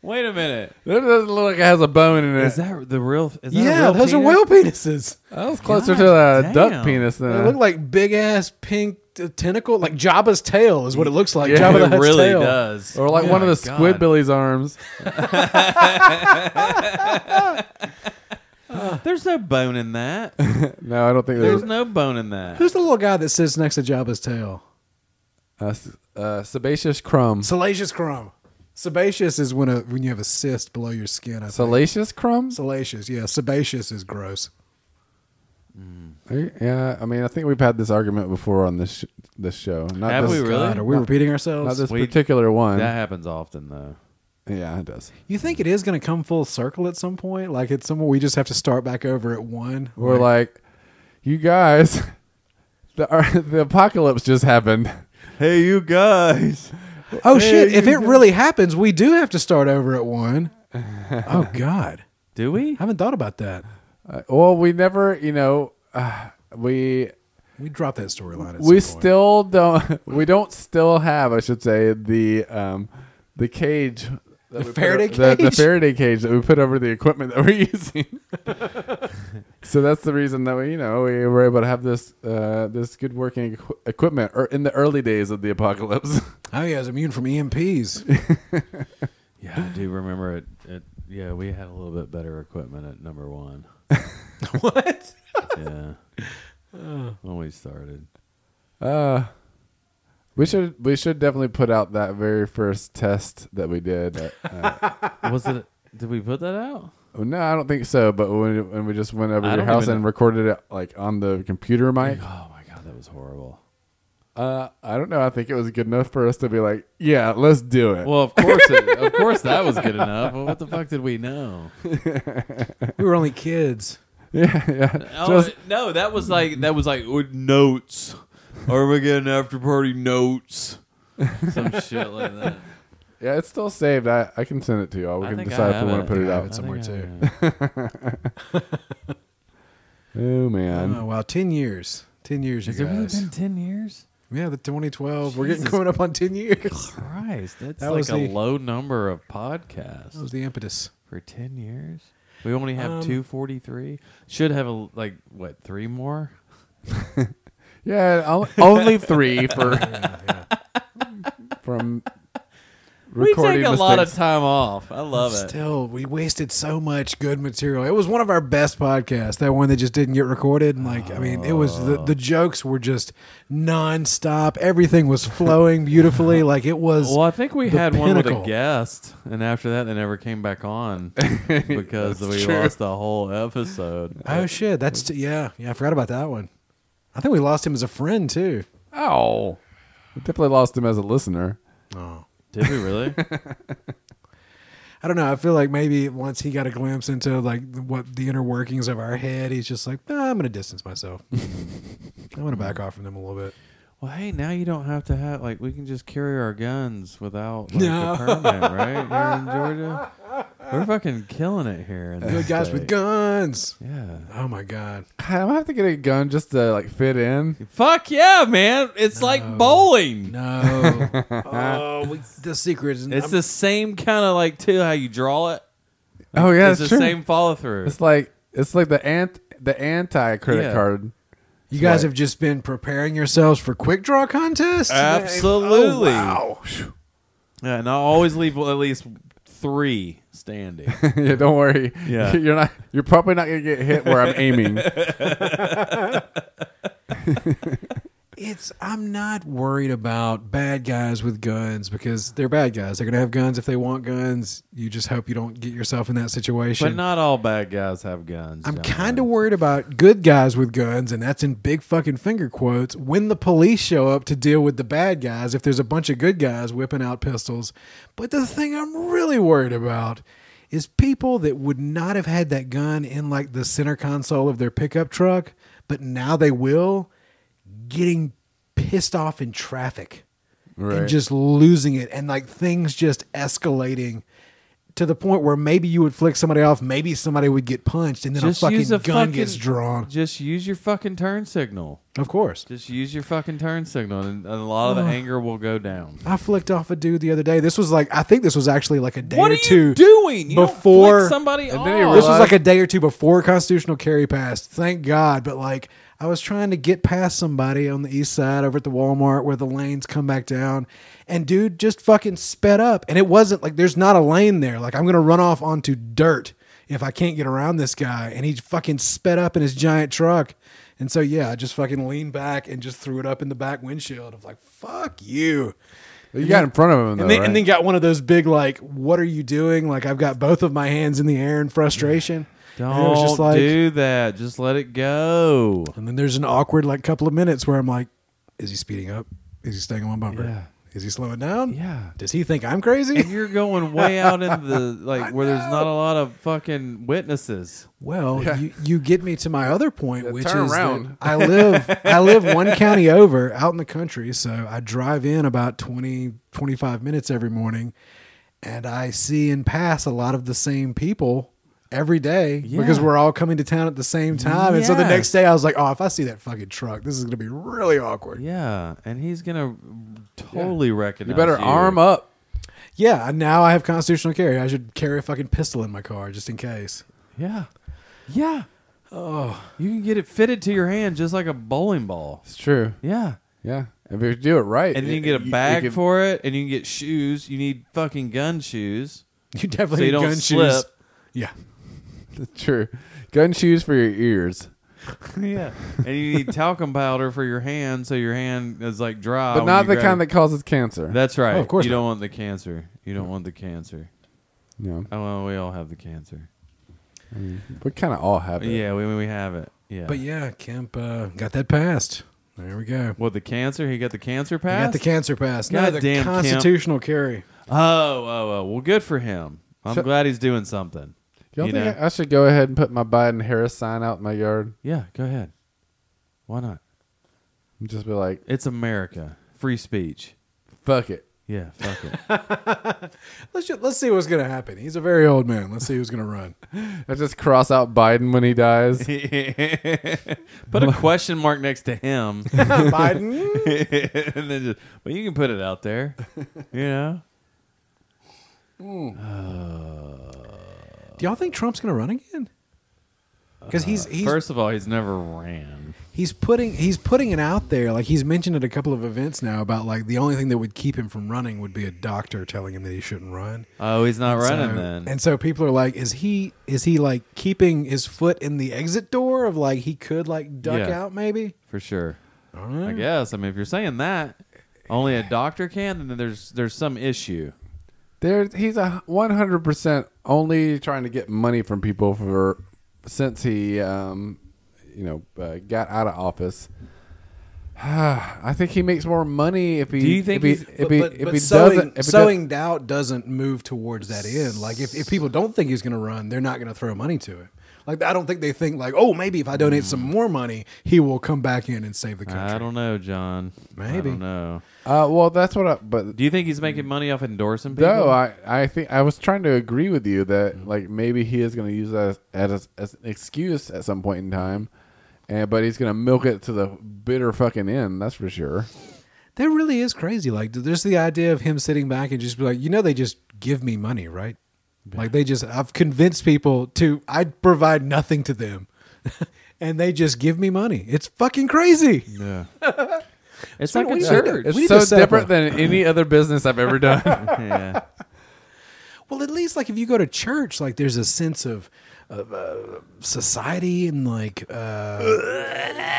Wait a minute.
It doesn't look like it has a bone in it.
Is that the real? Is that a
yeah,
real penis?
those are
Oh.
whale penises.
that was closer
God
to a
damn.
duck penis than
They
a-
look like big ass pink t- tentacle, like Jabba's tail is what it looks like.
Yeah,
Jabba the
It
Hutt's
really
tail.
does.
or like
Oh
one of
my
the
God.
Squidbillies' arms.
There's no bone in that.
No, I don't think
There's
there's.
no bone in that.
Who's the little guy that sits next to Jabba's tail?
Uh, s- uh, sebaceous crumb.
Salacious crumb. Sebaceous is when a when you have a cyst below your skin. I think.
Salacious crumbs?
Salacious, yeah. Sebaceous is gross.
Yeah, I mean, I think we've had this argument before on this sh- this show. Not
Have
this,
we really? Oh,
God, are we repeating ourselves?
Not this
We-
particular one.
That happens often though.
yeah, it does.
You think it is going to come full circle at some point? Like it's somewhere we just have to start back over at one.
We're like, you guys, the ar- the apocalypse just happened.
Hey, you guys.
oh shit! If it really happens, we do have to start over at one. oh god,
Do we?
I haven't thought about that.
Uh, well, we never, you know, uh, we
We dropped that storyline. at
we
some point.
still don't we don't still have I should say the um the cage that we put-
Faraday
the, the
cage?
Faraday cage that we put over the equipment that we're using. so that's the reason that we you know we were able to have this uh this good working equ- equipment or in the early days of the apocalypse.
Oh yeah, it's immune from EMPs.
Yeah, I do remember it. it yeah, we had a little bit better equipment at number one.
what?
Yeah. when we started.
Uh we should we should definitely put out that very first test that we did. Uh, uh,
Was it? Did we put that out?
no, I don't think so. But when, when we just went over
I
to your
don't
house
even
and
know.
recorded it like on the computer mic,
Oh my god, that was horrible.
Uh, I don't know. I think it was good enough for us to be like, yeah, let's do it.
Well, of course, it, of course, that was good enough. Well, what the fuck did we know?
We were only kids.
yeah, yeah.
Oh,
Just
no, that was like that was like with notes. Are we getting after party notes? Some shit like that.
yeah, it's still saved. I, I can send it to you all. We
I
can
think I
decide if
have
we want
it.
to put it
Yeah,
out.
it's- somewhere, too.
Oh man.
oh wow, ten years. Ten years, you
Has it really
guys.
been ten years?
yeah, the 2012. We're getting
Jesus.
coming up on ten years.
Christ, that's
That
like
was
a
the-
low number of
That was
podcasts
Oh, the impetus.
for ten years. We only have
Um,
two forty three. Should have a, like what three more?
Yeah, I'll, only three for from recording
we take a lot of
mistakes.
time off. I love it.
Still, we wasted so much good material. It was one of our best podcasts. That one that just didn't get recorded. And like, I mean, it was the, the jokes were just nonstop. Everything was flowing beautifully. Like it was.
Well, I think we
the
had one with a
pinnacle.
guest, and after that, they never came back on because we
true.
lost the whole episode.
Oh shit! That's t- yeah, yeah. I forgot about that one. I think we lost him as a friend too.
Ow. I definitely lost him as a listener.
Oh.
Did we really?
I don't know. I feel like maybe once he got a glimpse into like what the inner workings of our head, he's just like, nah, I'm gonna distance myself. I'm gonna back off from them a little bit.
well, hey, now you don't have to have like we can just carry our guns without like,
No.
a permit, right? Here in Georgia, we're fucking killing it here. In
Good
this
guys with
state.
guns.
Yeah.
Oh my god.
I might have to get a gun just to like fit in.
Fuck yeah, man! It's like bowling.
No. oh, we, the secret is
It's
I'm-
the same kind of like too how you draw it.
Oh yeah,
it's
it's
the
true.
same follow through.
It's like it's like the ant the anti credit
Yeah.
card.
You guys
Right.
have just been preparing yourselves for quick draw contests.
Absolutely.
Oh, wow. Phew.
Yeah, and I always leave at least three standing.
yeah, don't worry.
Yeah.
You're not you're probably not gonna get hit where I'm aiming.
It's I'm not worried about bad guys with guns because they're bad guys. They're gonna have guns if they want guns. You just hope you don't get yourself in that situation.
But not all bad guys have guns.
I'm
John.
kind of worried about good guys with guns, and that's in big fucking finger quotes. When the police show up to deal with the bad guys, if there's a bunch of good guys whipping out pistols. But the thing I'm really worried about is people that would not have had that gun in like the center console of their pickup truck, but now they will, getting pissed off in traffic
Right.
and just losing it and like things just escalating to the point where maybe you would flick somebody off, maybe somebody would get punched, and then
Just
a fucking
use a
gun
fucking-
gets drawn.
Just use your fucking turn signal.
Of course.
Just use your fucking turn signal, and, and a lot of the anger will go down.
I flicked off a dude the other day. This was like I think this was actually like a day
What
or
are
two.
you doing? You don't flick
before-
somebody
And then he
off.
This was
Realize-
like a day or two before constitutional carry passed. Thank God. But like I was trying to get past somebody on the east side over at the Walmart where the lanes come back down. And dude just fucking sped up. And it wasn't like there's not a lane there. Like I'm gonna run off onto dirt if I can't get around this guy. And he fucking sped up in his giant truck. And so yeah, I just fucking leaned back and just threw it up in the back windshield of like, fuck you.
You got in front of him though,
And then,
right?
and then got one of those big like, what are you doing? Like I've got both of my hands in the air in frustration.
Don't
and it was just like,
do that. Just let it go.
and then there's an awkward like couple of minutes where I'm like, is he speeding up? Is he staying on my bumper?
Yeah.
Is he slowing down?
Yeah.
Does he think I'm crazy?
And you're going way out into the like where there's not a lot of fucking witnesses.
Well, you, you get me to my other point,
Yeah,
which
turn
is that
around.
I live I live one county over out in the country, so I drive in about 20 25 minutes every morning and I see and pass a lot of the same people every day because
Yeah.
we're all coming to town at the same time. And so the
Yes.
next day I was like, "Oh, if I see that fucking truck, this is going to be really awkward."
Yeah, and he's gonna totally recognize.
you better arm up.
Yeah, and now I have constitutional carry. I should carry a fucking pistol in my car just in case.
Yeah, yeah. Oh, you can get it fitted to your hand just like a bowling ball.
It's true.
Yeah,
Yeah. If you do it right,
and
it-
you can get
it-
a bag
can-
for it, and you can get shoes. You need fucking gun shoes.
You definitely
So you
need
don't
gun
slip.
shoes. Yeah.
True. Gun shoes for your ears.
yeah, and you need talcum powder for your hand, so your hand is like dry.
But
when
not
Oh, you
the
grab
kind
it.
that causes cancer.
That's right.
Oh, of course
you
not.
don't want the cancer. You don't want the cancer.
yeah.
Oh, well, we all have the cancer.
We kind of all have it.
Yeah, we we have it. Yeah.
But yeah, Kemp uh, got that passed. There we go.
What the cancer? He got the cancer
He got
pass.
the cancer pass.
God
No, the
damn, Kemp.
constitutional carry.
oh, oh, oh. Well, good for him. I'm
So-
glad he's doing something.
Y'all
You
think
know?
I I should go ahead and put my Biden Harris sign out in my yard
Yeah, go ahead. Why not?
and just be like,
It's America. Free speech.
fuck it.
Yeah, fuck it.
Let's ju- let's see what's gonna happen. He's a very old man. Let's see who's gonna run.
I just cross out Biden when he dies.
put a question mark next to him,
Biden.
and then just. But you can put it out there. You know.
Do y'all think Trump's gonna run again? Because he's he's
Uh, First of all, he's never ran.
he's putting he's putting it out there. Like he's mentioned at a couple of events now about like the only thing that would keep him from running would be a doctor telling him that he shouldn't run.
Oh, he's not running
So-
then.
And so people are like, is he is he like keeping his foot in the exit door of like he could like duck
Yeah.
out maybe?
for sure.
I don't know.
I guess. I mean, if you're saying that, only a doctor can, then there's there's some issue.
There, he's a one hundred percent only trying to get money from people for since he, um, you know, uh, got out of office. I think he makes more money if he.
Do you think
if
he's-
he, if he,
but,
if
but
he
sowing,
doesn't? If he
sowing doubt doesn't move towards that end. Like if, if people don't think he's going to run, they're not going to throw money to it. Like I don't think they think like, oh, maybe if I donate some
Mm.
more money, he will come back in and save the country.
I don't know, John. I
Maybe.
don't know.
doesn't- uh, well, that's what. I, but
Do you think he's making money off endorsing people? Mm-hmm.
No, I, I think I was trying to agree with you that like maybe he is going to use that as, as, as an excuse at some point in time, and but he's going to milk it to the bitter fucking end. That's for sure.
That really is crazy. Like there's the idea of him sitting back and just be like, you know, they just give me money, right? Like they just I've convinced people to I provide nothing to them. and they just give me money. It's fucking crazy.
yeah. it's
So
like a
we-
church.
We
It's
need
so
to set up
different
a-
than any other business I've ever done.
yeah.
Well, at least like if you go to church, like there's a sense of of uh, society and like, uh,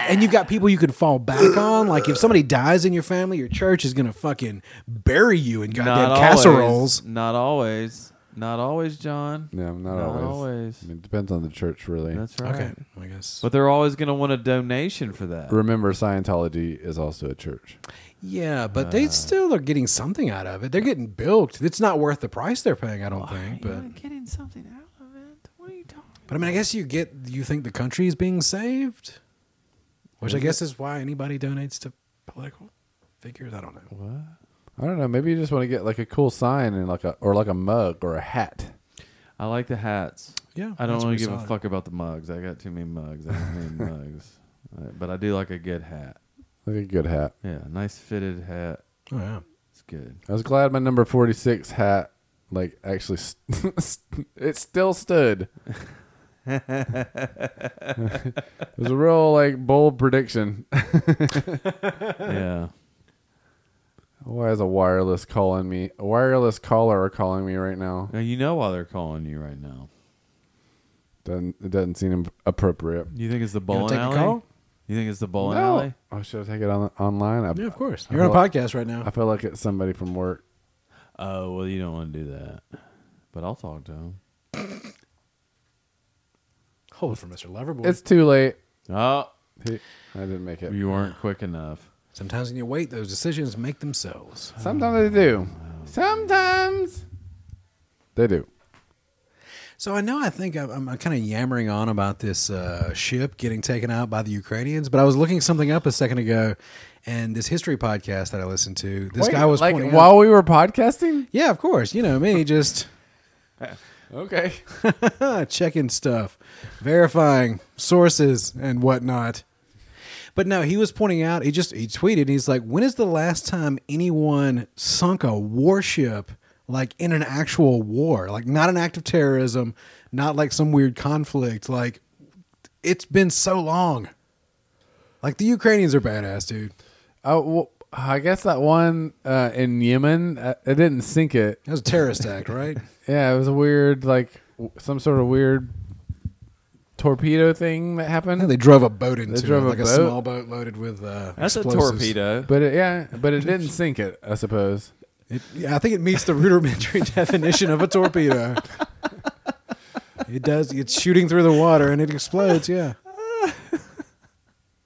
and you've got people you can fall back on. Like if somebody dies in your family, your church is gonna fucking bury you in goddamn
always.
casseroles.
Not always. Not always, John.
No, not,
Not
always.
always.
I mean, it depends on the church, really.
That's right.
Okay, I guess.
But they're always going to want a donation for that.
Remember, Scientology is also a church.
yeah, but they
uh,
still are getting something out of it. They're getting bilked. It's not worth the price they're paying. I don't think. But
getting something out of it. What are you talking?
But I mean, I guess you get you think the country is being saved, which I guess is why anybody donates to political figures. I don't know.
What?
I don't know. Maybe you just want to get like a cool sign and like a or like a mug or a hat.
I like the hats. I
Yeah, that's
don't really
pretty
give a
solid.
fuck about the mugs. I got too many mugs. I don't need mugs. Uh, But I do like a good hat.
Like a good hat.
Yeah, nice fitted hat.
Oh yeah,
It's good.
I was glad my number forty six hat like actually st- it still stood. it was a real like bold prediction.
yeah.
Why is a wireless calling me? A wireless caller are calling me right now.
Now, you know why they're calling you right now.
Doesn't it doesn't seem appropriate.
You think it's the
You wanna
bowling
take
alley?
a call?
You think it's the bowling
No.
alley?
Oh, should I take it on online? I,
Yeah, of course.
I
You're on a
feel-
podcast right now.
I feel like it's somebody from work.
Oh well, you don't want to do that. But I'll talk to him.
Hold it for Mr. Loverboy.
It's too late.
Oh,
He- I didn't make it.
you weren't quick enough.
Sometimes when you wait, those decisions make themselves.
Sometimes they do. Sometimes they do.
So I know I think I'm, I'm kind of yammering on about this uh, ship getting taken out by the Ukrainians, but I was looking something up a second ago, and this history podcast that I listened to, this
Wait,
guy was
like
pointing out-
while we were podcasting.
yeah, of course, you know me, just.
Okay.
checking stuff, verifying sources and whatnot. But no, he was pointing out. He just he tweeted. He's like, "When is the last time anyone sunk a warship like in an actual war? Like not an act of terrorism, not like some weird conflict. Like it's been so long. Like the Ukrainians are badass, dude.
Oh, well, I guess that one uh, in Yemen, uh, it didn't sink it.
That was a terrorist act, right?
Yeah, it was a weird, like w- some sort of weird torpedo thing that
I think
happened.
they drove a boat into
drove
it,
a
like a,
boat?
small boat loaded with uh,
That's
explosives.
a torpedo.
But it, yeah, but it didn't sink it. I suppose.
It, yeah, I think it meets the rudimentary definition of a torpedo. It does. It's shooting through the water and it explodes. Yeah.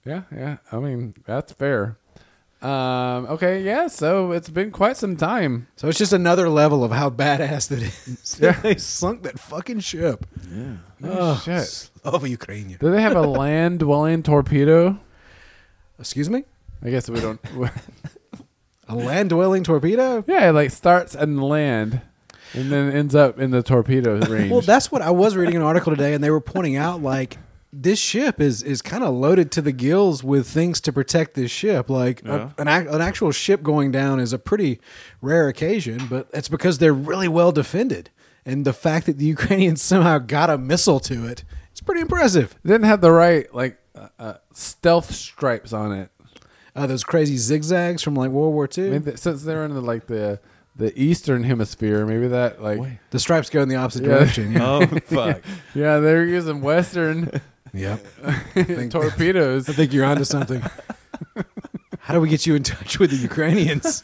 Yeah, yeah. I mean, that's fair. Um, okay, yeah. So it's been quite some time.
So it's just another level of how badass that is.
Yeah.
they sunk that fucking ship.
Yeah.
Oh, shit.
Over Ukraine.
Do they have a land dwelling torpedo?
Excuse me.
I guess we don't.
A land dwelling torpedo.
yeah, it like starts and land, and then ends up in the torpedo range.
Well, that's what I was reading an article today, and they were pointing out like this ship is is kind of loaded to the gills with things to protect this ship. Like a-
Yeah.
an ac- an actual ship going down is a pretty rare occasion, but it's because they're really well defended, and the fact that the Ukrainians somehow got a missile to it, it's pretty impressive.
didn't have the right like uh, uh, stealth stripes on it.
Uh, those crazy zigzags from like World War
I
II.
mean, th- since they're in the like the the eastern hemisphere, maybe that like
the stripes go in the opposite
Yeah. Uh.
direction. Yeah.
Oh fuck.
yeah, they're using western
Yep.
torpedoes.
I think you're onto something. How do we get you in touch with the Ukrainians?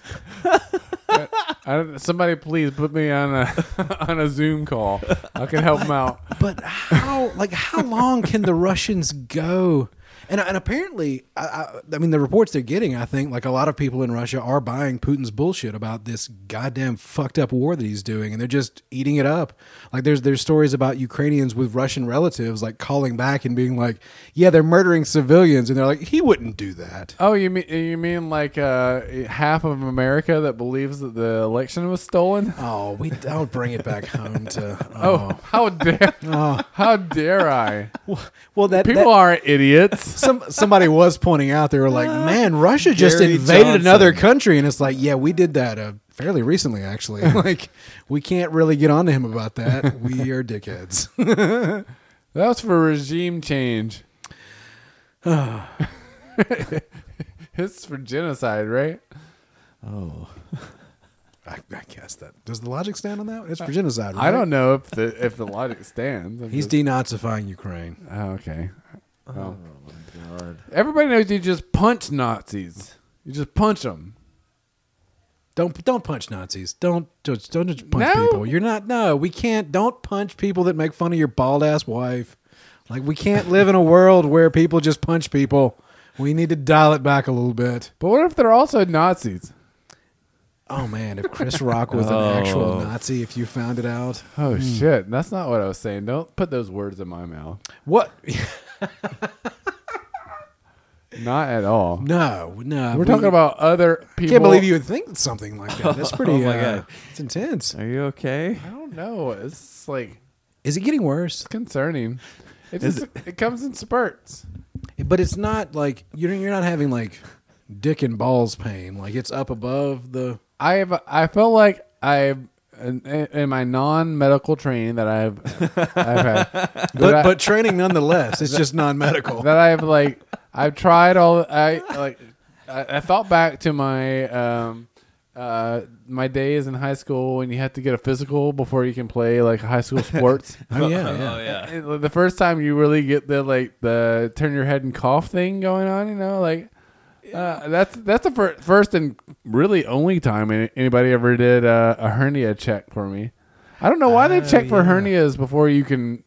I don't, somebody please put me on a on a Zoom call. I can help them out.
But how, like, how long can the Russians go? And, and apparently, I, I, I mean, the reports they're getting, I think, like a lot of people in Russia are buying Putin's bullshit about this goddamn fucked up war that he's doing, and they're just eating it up. Like, there's there's stories about Ukrainians with Russian relatives like calling back and being like, "Yeah, they're murdering civilians," and they're like, "He wouldn't do that."
Oh, you mean you mean like uh, half of America that believes that the election was stolen?
Oh, we don't bring it back home to.
Oh, how
Oh,
dare how dare I?
well, that
People aren't idiots.
some somebody was pointing out they were like,
Uh,
"Man, Russia just
Gary
invaded
Johnson.
another country," and it's like, "Yeah, we did that uh, fairly recently, actually. like, we can't really get on to him about that. We are dickheads."
That was for regime change. it's for genocide, right?
Oh.
I, I guess that does the logic stand on that? It's for genocide. Right?
Uh, I don't know if the if the logic stands. I'm
He's
just-
denazifying Ukraine.
oh, okay. Well,
Oh, my God.
everybody knows you just punch Nazis. You just punch them.
Don't don't punch Nazis. Don't don't, don't just punch
No.
people. You're not. No, we can't. Don't punch people that make fun of your bald ass wife. Like we can't live in a world where people just punch people. We need to dial it back a little bit.
But what if they're also Nazis?
Oh man, if Chris Rock was
Oh.
an actual Nazi, if you found it out,
Oh shit, that's not what I was saying. Don't put those words in my mouth.
what?
Not at all.
No, no.
We're talking about other people.
Hmm. Can't believe you would think something like that. That's pretty.
Oh, my
uh,
God.
It's intense.
Are you okay?
I don't know. It's like
Is it getting worse?
it's concerning. It just it comes in spurts.
But it's not like you're you're not having like dick and balls pain. Like it's up above the.
I have I feel like I in, in my non medical training that I've I've had
But
I-
but training nonetheless. It's just non medical.
that I've like I've tried all I like I, I thought back to my um uh my days in high school when you had to get a physical before you can play like high school sports.
Oh yeah, yeah.
And, like, the first time you really get the like the turn your head and cough thing going on, you know, like uh, that's that's the fir- first and really only time any- anybody ever did uh, a hernia check for me. I don't know why they check for
yeah.
hernias before you can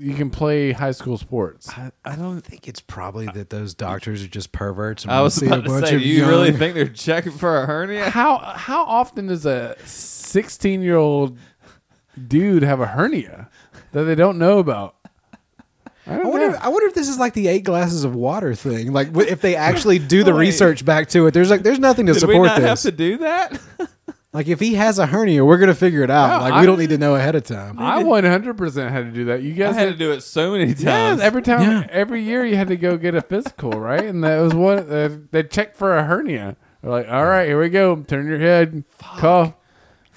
you can play high school sports.
I, I don't think it's probably that those doctors are just perverts. And
I
wanna
was
see
about to say, do you
young-
really think they're checking for a hernia?
How how often does a sixteen year old dude have a hernia that they don't know about? I
I
don't
wonder,
know.
I wonder if this is like the eight glasses of water thing. Like, w- if they actually do the
Wait.
research back to it, there's like, there's nothing to
Did
support
we not have
this.
to do that?
Like, if he has a hernia, we're gonna figure it out.
No,
like,
I-
we don't need to know ahead of time.
I one hundred percent had to do that. You
I
guys
had to do it so many
Yeah,
times.
every time,
Yeah.
every year you had to go get a physical, right? And that was what uh, they checked for a hernia. They're like, all right, here we go. Turn your head, cough.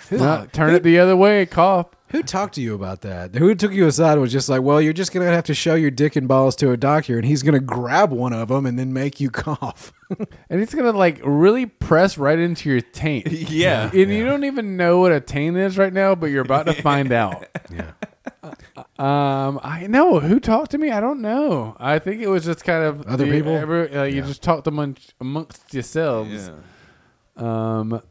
No, turn it the other way, cough.
Who talked to you about that? Who took you aside and was just like, "Well, you're just gonna have to show your dick and balls to a doctor, and he's gonna grab one of them and then make you cough."
And it's gonna like really press right into your taint.
Yeah.
and you don't even know what a taint is right now, but you're about to find out.
yeah,
Um, I know who talked to me. I don't know. I think it was just kind of
Other
the-
people?
every- like, You
Yeah.
just talked amongst, amongst yourselves.
Yeah.
Um,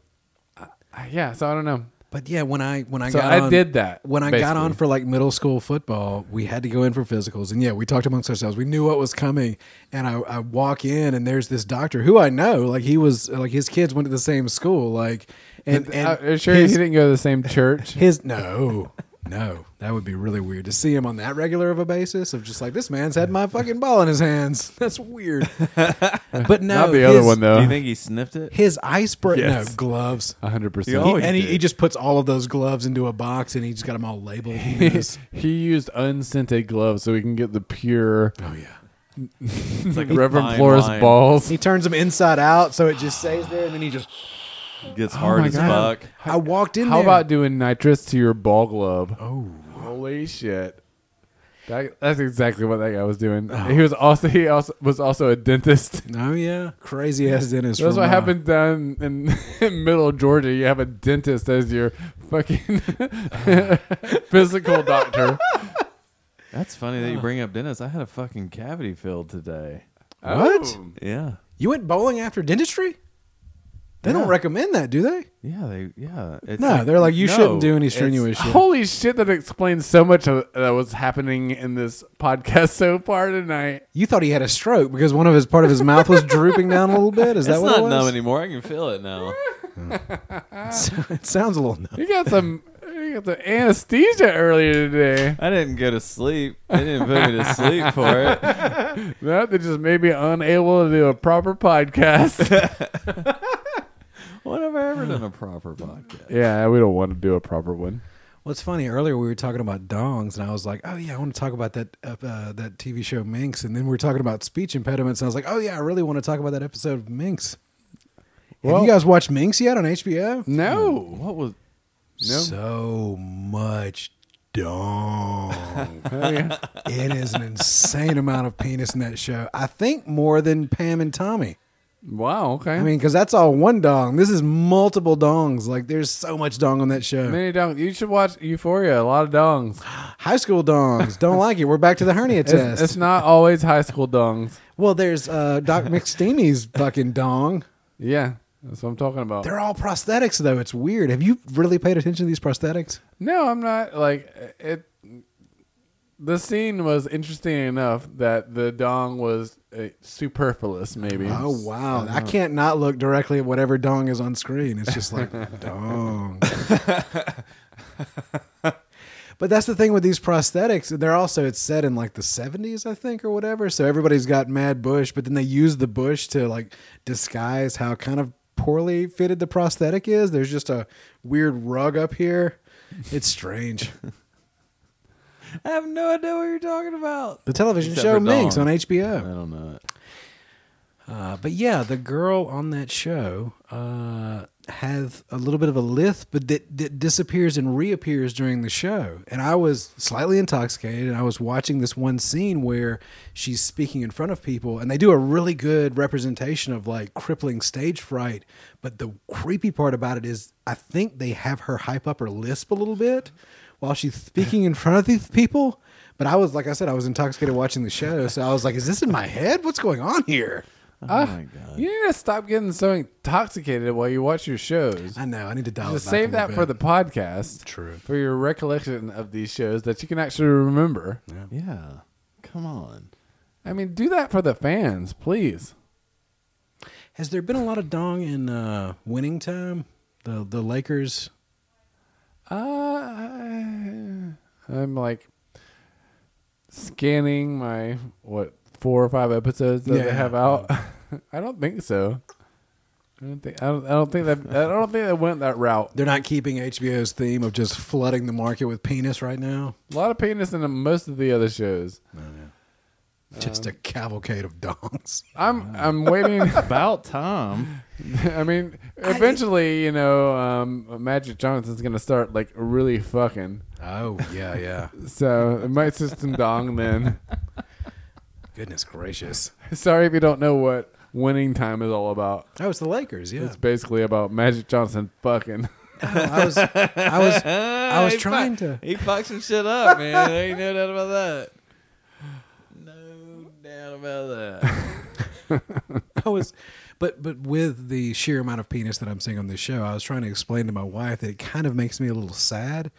I- I- yeah. So I don't know.
but yeah, when I when I
So
got
I
on-
did that,
when I got on
basically.
for like middle school football, we had to go in for physicals, and yeah, we talked amongst ourselves. We knew what was coming, and I, I walk in, and there's this doctor who I know, like he was like his kids went to the same school, like and and
I'm uh, sure
his-
he didn't go to the same church.
His no, no, that would be really weird to see him on that regular of a basis of just like this man's had my fucking ball in his hands. That's weird. but no,
Not the
his,
other one though.
Do you think he sniffed it?
His icebreaker,
Yes.
no gloves.
hundred
You
percent.
always-
and he,
did.
he just puts all of those gloves into a box and he just got them all labeled. He knows.
He used unscented gloves so we can get the pure
oh yeah.
It's like
Reverend
fine
Flores
wine
balls.
He turns them inside out so it just stays there, and then he just. Oh
Gets hard
my
as
God.
fuck.
I walked in.
How
there.
about doing nitrous to your ball glove?
Oh,
Holy shit. That, that's exactly what that guy was doing.
Oh.
He was also he also was also a dentist.
no, Oh, yeah, crazy ass dentist.
That's
from,
what
uh,
happened down in, in middle Georgia. You have a dentist as your fucking physical doctor.
That's funny that you bring up dentists. I had a fucking cavity filled today.
What?
Oh.
Yeah.
You went bowling after dentistry? They
Yeah.
don't recommend that, do they?
Yeah, they yeah. It's
No, they're like you shouldn't
no,
do any
it's-
strenuous shit.
Holy shit, that explains so much of that was happening in this podcast so far tonight.
You thought he had a stroke because one of his part of his mouth was drooping down a little bit. Is that
it's
what
not
it was?
numb anymore. I can feel it now.
it sounds a little numb.
You got some you got the anesthesia earlier today.
I didn't go to sleep. They didn't put me to sleep for it.
No, they just made me unable to do a proper podcast.
What have I ever done a proper podcast?
yeah, we don't want to do a proper one.
Well, it's funny. Earlier we were talking about dongs, and I was like, "Oh yeah, I want to talk about that uh, uh, that TV show Minx." And then we were talking about speech impediments, and I was like, "Oh yeah, I really want to talk about that episode of Minx."
Well-
Have you guys watched Minx yet on HBO?
No.
What was
No.
So much dong.
Oh, yeah.
It is an insane amount of penis in that show. I think more than Pam and Tommy.
Wow. Okay.
I mean, because that's all one dong. This is multiple dongs. Like, there's so much dong on that show.
many dongs. You should watch Euphoria. A lot of dongs.
High school dongs. Don't like it. We're back to the hernia
It's,
test.
it's not always high school dongs.
well, there's uh, Doc McSteamy's fucking dong.
Yeah, that's what I'm talking about.
They're all prosthetics, though. It's weird. Have you really paid attention to these prosthetics?
No, I'm not. Like it. The scene was interesting enough that the dong was uh, superfluous. Maybe.
Oh, wow. I can't not look directly at whatever dong is on screen. It's just like, dong. But that's the thing with these prosthetics. They're also it's set in like the seventies, I think, or whatever. So everybody's got mad bush, but then they use the bush to like disguise how kind of poorly fitted the prosthetic is. There's just a weird rug up here. It's strange.
I have no idea what you're talking about.
The television
Except
show
for
Minx on
Dawn. I
HBO.
don't know. it.
Uh, but yeah, the girl on that show uh, has a little bit of a lisp, but that, that disappears and reappears during the show. And I was slightly intoxicated, and I was watching this one scene where she's speaking in front of people, and they do a really good representation of like crippling stage fright. But the creepy part about it is, I think they have her hype up her lisp a little bit while she's speaking in front of these people. But I was, like I said, I was intoxicated watching the show, so I was like, "Is this in my head? What's going on here?"
Oh
Ah.
my god.
You need to stop getting so intoxicated while you watch your shows.
I know. I need to dial
Just
it back
save
a little
that for the
bit.
podcast.
True.
For your recollection of these shows that you can actually remember.
Yeah. Come on.
I mean, do that for the fans, please.
Has there been a lot of dong in uh, winning time? The the Lakers.
Uh, I'm like scanning my what four or five episodes that they
Yeah.
have out. I don't think so. I don't think I don't, I don't think that I don't think they went that route.
They're not keeping HBO's theme of just flooding the market with penis right now.
A lot of penis in most of the other shows.
Just a cavalcade of dongs.
I'm I'm waiting.
About time.
I mean, eventually, you know, um, Magic Johnson's gonna start like really fucking.
Oh yeah, yeah.
So it might system dong then.
Goodness gracious.
Sorry if you don't know what winning time is all about.
Oh, it's the Lakers. Yeah.
It's basically about Magic Johnson fucking.
I was, I was, I was
Uh, He fu-
trying to.
He fucked some shit up, man. There ain't no doubt about that. No doubt about that.
I was, but but with the sheer amount of penis that I'm seeing on this show, I was trying to explain to my wife that it kind of makes me a little sad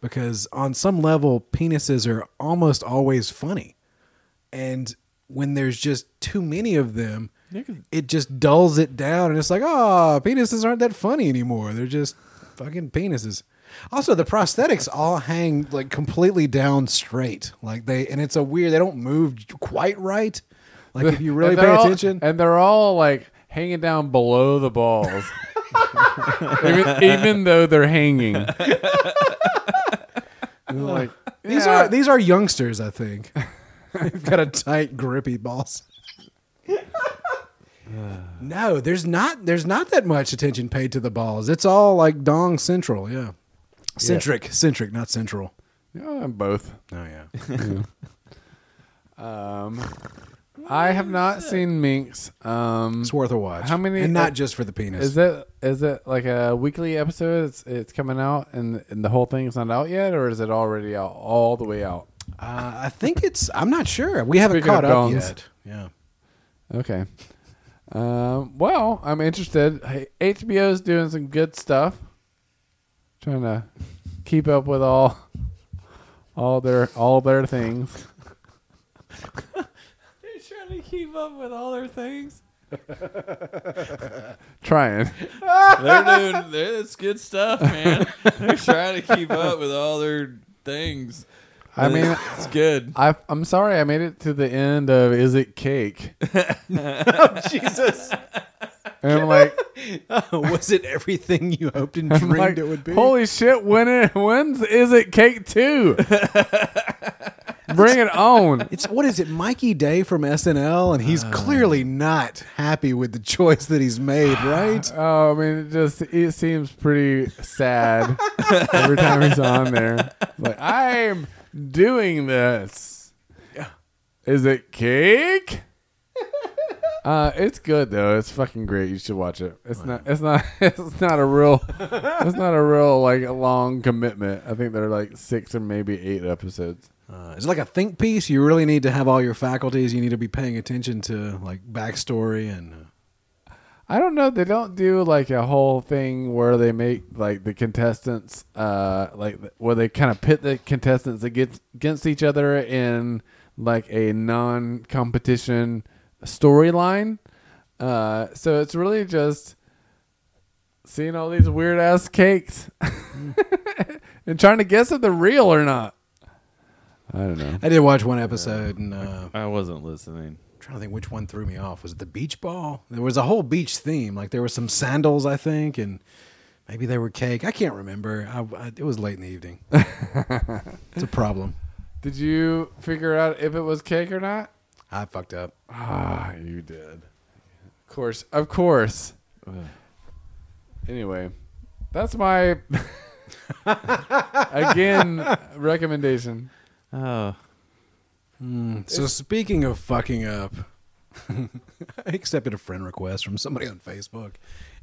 because on some level, penises are almost always funny, and when there's just too many of them, it just dulls it down, and it's like, oh, penises aren't that funny anymore. They're just fucking penises. Also, the prosthetics all hang like completely down straight, like they, and it's a weird. They don't move quite right. Like if you really
And
pay
they're all-
attention,
and they're all like hanging down below the balls, even, even though they're hanging. And they're like
These
yeah.
are these are youngsters, I think. They've got a tight, grippy balls. no, there's not there's not that much attention paid to the balls. It's all like dong central, yeah. Centric, centric, not central.
Yeah, both.
Oh yeah.
Um, I have not seen Minx. Um,
It's worth a watch.
How many-
and not
uh,
just for the penis.
is it is it like a weekly episode? It's it's coming out, and and the whole thing's not out yet, or is it already out all the way out?
uh, I think it's I'm not sure. We haven't
Speaking of
caught up
dongs.
yet. Yeah.
Okay. Um, well, I'm interested. Hey, HBO's doing some good stuff. Trying to keep up with all all their all their things.
They're trying to keep up with all their things.
Trying.
They're doing. They're, that's good stuff, man. They're trying to keep up with all their things.
I mean,
it's good.
I I'm sorry I made it to the end of Is It Cake?
Oh, Jesus.
And I'm like,
Was it everything you hoped and
I'm
dreamed
like,
it would be?
holy shit, when it, when's Is It Cake 2? Bring it on.
It's what is it, Mikey Day from SNL, and he's clearly not happy with the choice that he's made, right?
Oh, I mean, it just it seems pretty sad every time he's on there. Like I'm doing this. Is it cake? Uh, it's good though. It's fucking great. You should watch it. It's not. It's not. It's not a real. it's not a real like a long commitment. I think there are like six or maybe eight episodes.
Uh, it's like a think piece. You really need to have all your faculties. You need to be paying attention to like backstory and. Uh,
I don't know. They don't do like a whole thing where they make like the contestants, uh, like where they kind of pit the contestants against against each other in like a non-competition storyline. Uh, so it's really just seeing all these weird ass cakes and trying to guess if they're real or not. I don't know.
I did watch one episode and uh,
I wasn't listening.
trying to think which one threw me off. Was it the beach ball? There was a whole beach theme. Like there was some sandals, I think, and maybe they were cake. I can't remember. I, I- it was late in the evening. it's a problem.
Did you figure out if it was cake or not?
I fucked up.
Ah, you did. Of course, of course. Anyway, that's my again recommendation.
Oh,
Mm, So speaking of fucking up, I accepted a friend request from somebody on Facebook,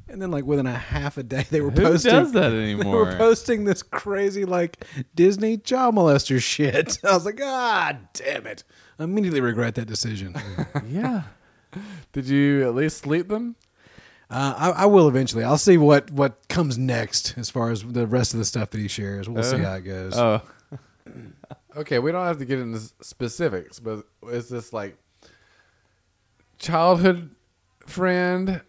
and then like within a half a day they were
who
posting.
does that
They were
anymore?
posting this crazy like Disney child molester shit. I was like, ah, damn it! I immediately regret that decision.
yeah.
Did you at least sleep them?
Uh, I, I will eventually. I'll see what what comes next as far as the rest of the stuff that he shares. We'll see how it goes.
Oh,
Okay, we don't have to get into s- specifics, but is this like childhood friend,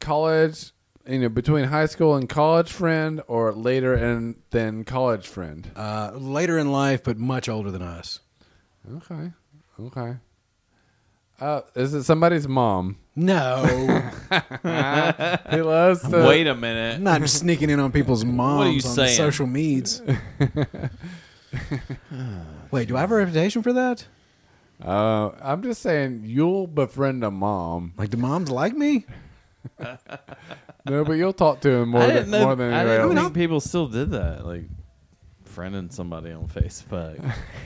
college, you know, between high school and college friend, or later and then college friend?
Uh, later in life, but much older than us.
Okay, okay. Uh, is it somebody's mom?
No,
He loves to
wait a minute.
I'm not sneaking in on people's moms
are you
on
saying?
social meds. Wait, do I have a reputation for that?
Uh, I'm just saying, you'll befriend a mom.
Like, do moms like me?
No, but you'll talk to him more
I didn't
than
know.
more than
I
anybody
didn't
else.
think people still did that, like friending somebody on Facebook.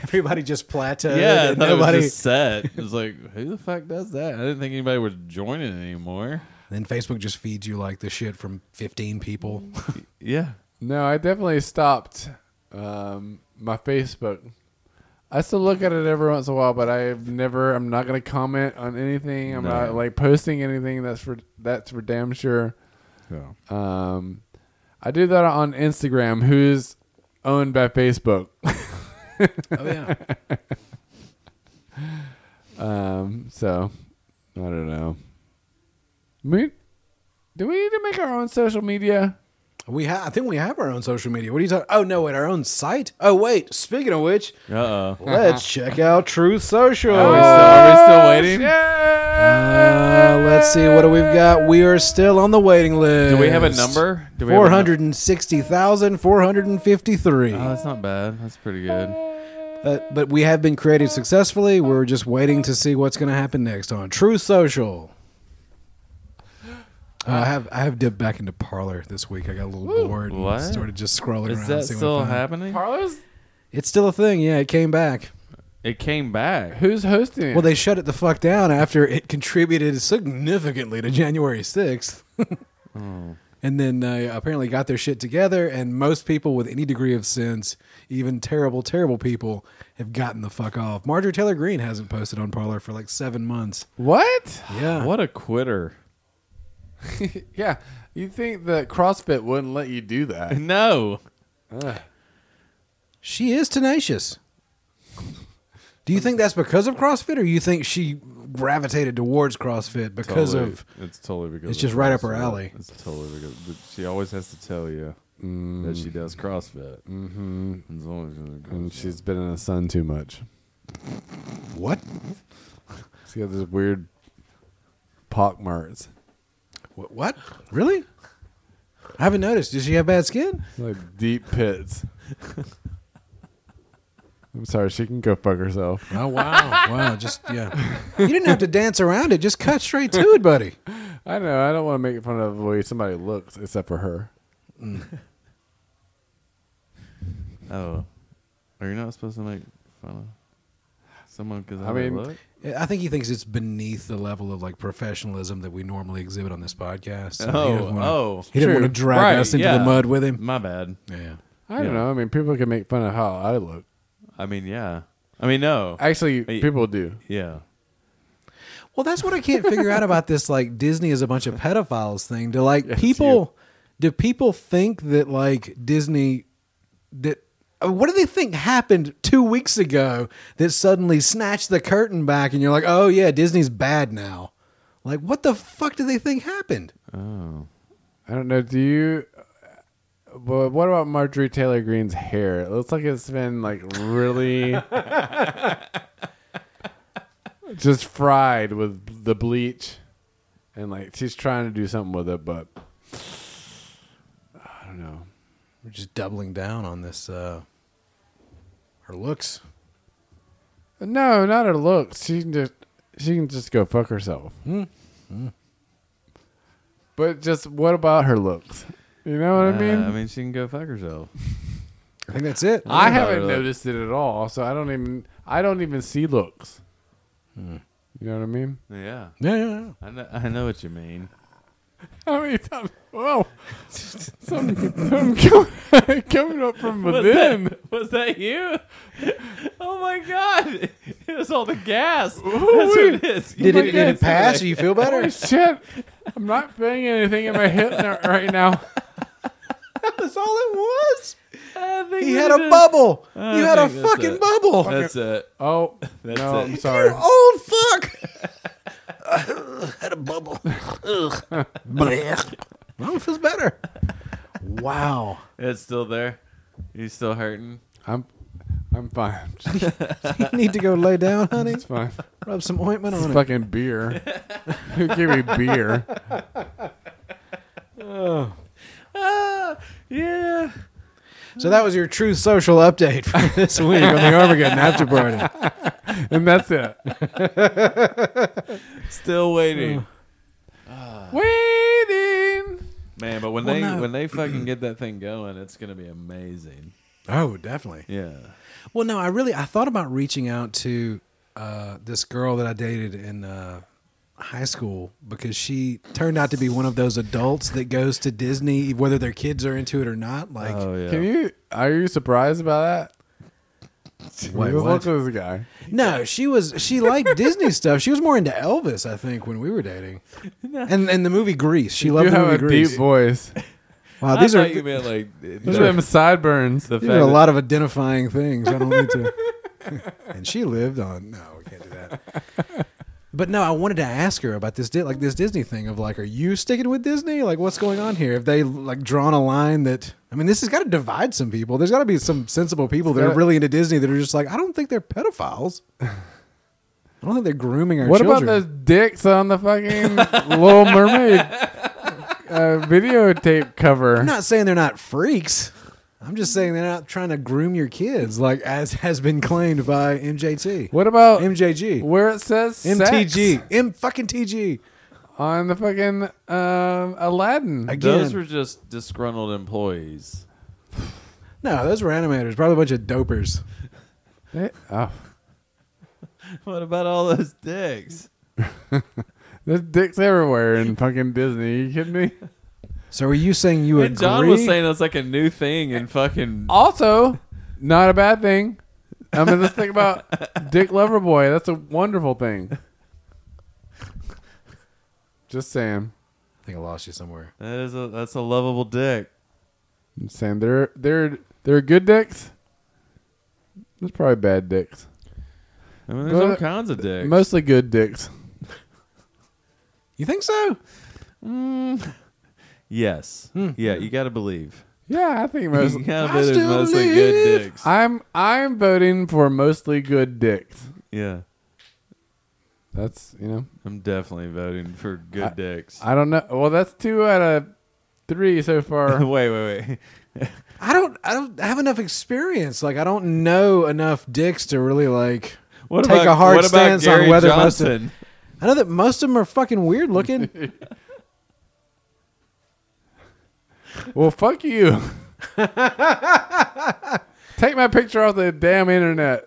Everybody just plateaued.
yeah,
and
that
nobody.
was just set. It was like, who the fuck does that? I didn't think anybody was joining anymore.
Then Facebook just feeds you like the shit from 15 people.
Mm. Yeah.
No, I definitely stopped um, my Facebook. I still look at it every once in a while, but I've never. I'm not going to comment on anything. I'm
No.
not like posting anything. That's for that's for damn sure.
Yeah.
Um, I do that on Instagram, who's owned by Facebook.
oh yeah.
Um, so I don't know. We do we need to make our own social media?
We ha- I think we have our own social media. What are you talking? Oh no, wait, our own site. Oh wait, speaking of which,
Uh oh.
let's check out Truth Social.
Are we still, are we still waiting?
Uh, let's see, what do we've got? We are still on the waiting list.
Do we have a number? Do we have a nu-
Four hundred and sixty thousand four hundred and fifty-three.
Oh, that's not bad. That's pretty good.
But but we have been created successfully. We're just waiting to see what's going to happen next on Truth Social. Uh, I have I have dipped back into Parlor this week. I got a little bored and
What?
started just scrolling
Is
around.
that
seeing what I
still
found.
happening?
Parlor's
It's still a thing. Yeah, it came back.
It came back.
who's hosting it?
Well, they shut it the fuck down after it contributed significantly to January 6th.
Hmm.
And then uh, apparently got their shit together, and most people with any degree of sense, even terrible, terrible people, have gotten the fuck off. Marjorie Taylor Greene hasn't posted on Parlor for like seven months.
what?
Yeah,
What a quitter.
yeah, you think that CrossFit wouldn't let you do that?
No.
she is tenacious. Do you think that's because of CrossFit, or you think she gravitated towards CrossFit because
Totally.
of?
it's totally because
it's
of
just right up her
CrossFit.
alley.
It's totally because but she always has to tell you
Mm.
that she does CrossFit. Mm-hmm. It's always gonna go-
Mm.
And she's been in the sun too much.
What?
She got this weird pock marks,
What? What? Really? I haven't noticed. Does she have bad skin?
like deep pits. I'm sorry, she can go fuck herself.
Oh wow, wow! Just yeah, you didn't have to dance around it. Just cut straight to it, buddy.
I know. I don't want to make fun of the way somebody looks, except for her.
Oh, are you not supposed to make fun of someone because
I mean,
look?
I think he thinks it's beneath the level of like professionalism that we normally exhibit on this podcast. So
Oh,
he doesn't wanna,
oh,
he didn't
true.
want to drag
Right,
us into
yeah.
the mud with him.
My bad.
Yeah,
I don't
Yeah.
know. I mean, people can make fun of how I look.
I mean, yeah. I mean, no.
Actually,
Hey.
people do.
yeah.
Well, that's what I can't figure out about this like Disney is a bunch of pedophiles thing. Do like
Yes,
people do people think that like Disney that I mean, what do they think happened 2 weeks ago that suddenly snatched the curtain back and you're like, "Oh yeah, Disney's bad now." Like what the fuck do they think happened?
Oh.
I don't know. Do you? But what about Marjorie Taylor Greene's hair? It looks like it's been like really just fried with the bleach, and like she's trying to do something with it, but I don't know.
We're just doubling down on this uh her looks.
No, not her looks. She can just she can just go fuck herself.
Hmm.
But just what about her looks? You know what I
Uh,
mean?
I mean, she can go fuck herself.
I think that's it.
I
about her
haven't
look.
noticed it at all, so I don't even I don't even see looks. You know what I mean?
Yeah.
yeah, yeah, yeah.
I know, I know what you mean.
How many times? Whoa! Something, something coming, coming up from within.
Was that you? Oh my god! It was all the gas. That's
Ooh-wee.
is.
Did
my
it, did
goodness.
it pass? Do you feel better?
Holy shit! I'm not feeling anything in my hip n- right now.
That's all it was.
I think
He
we
had a
did-
bubble.
I
You had a
think that's
fucking
it.
bubble.
That's it.
Oh
That's
no!
it.
I'm sorry.
Old fuck. had a bubble. Ugh. Blech. Well, it feels better. Wow.
It's still there. You still hurting?
I'm I'm fine.
You need to go lay down, honey.
It's fine.
Rub some ointment
It's
on it.
fucking beer. Who gave me beer?
Ah, yeah.
So that was your true social update for this week on the Armageddon After Party.
And that's it.
Still waiting.
Waiting.
Man, but when
Well,
they
no.
when they fucking get that thing going, it's gonna be amazing.
Oh, definitely.
Yeah.
Well, no, I really I thought about reaching out to uh, this girl that I dated in uh, high school because she turned out to be one of those adults that goes to Disney whether their kids are into it or not. Like,
oh yeah.
Can you? Are you surprised by that?
Wait,
Just
what?
Look at this guy.
no, she was she liked Disney stuff. She was more into Elvis, I think, when we were dating, and and the movie Grease. She loved
you
the
have
movie
a
Grease.
deep voice.
wow, these
I
are
thought you meant like
Look
these
at them sideburns.
the
these
fact
are a
that-
lot of identifying things. I don't need to. and she lived on. No, we can't do that. But no, I wanted to ask her about this, Di- like this Disney thing of like, are you sticking with Disney? Like, what's going on here? Have they like drawn a line that? I mean, this has got to divide some people. There's got to be some sensible people that are
gotta-
really into Disney that are just like, I don't think they're pedophiles. I don't think they're grooming our
What
children.
about those dicks on the fucking Little Mermaid uh, videotape cover?
I'm not saying they're not freaks. I'm just saying they're not trying to groom your kids, like as has been claimed by MJT,
What about
MJG,
where it says sex
MTG, M fucking TG.
on the fucking um, Aladdin?
Again.
those were just disgruntled employees.
No, those were animators. Probably a bunch of dopers.
Eh, oh,
What about all those dicks?
there's dicks everywhere in fucking Disney. you kidding me?
So are you saying you
And
agree?
John was saying that's like a new thing and fucking
Also, not a bad thing. I mean, let's think about Dick Loverboy. That's a wonderful thing. Just saying.
I think I lost you somewhere.
that is a that's a lovable dick.
I'm saying they're they're they're good dicks. There's probably bad dicks.
I mean, there's
Well,
all
uh,
kinds of dicks.
Mostly good dicks.
You think so?
Mm, yes.
Hmm.
Yeah, you got to believe.
Yeah, I think
You
most.
got to
I
believe there's
still
mostly
live.
good dicks.
I'm I'm voting for mostly good dicks.
yeah,
That's you know
I'm definitely voting for good
I-
dicks.
I don't know. Well, that's two out of three so far.
wait, wait, wait.
I don't. I don't have enough experience. Like I don't know enough dicks to really like.
What
Take
about,
a hard
what about
stance on
Gary
whether most of-
Johnson?
I know that most of them are fucking weird looking.
well, fuck you. Take my picture off the damn internet.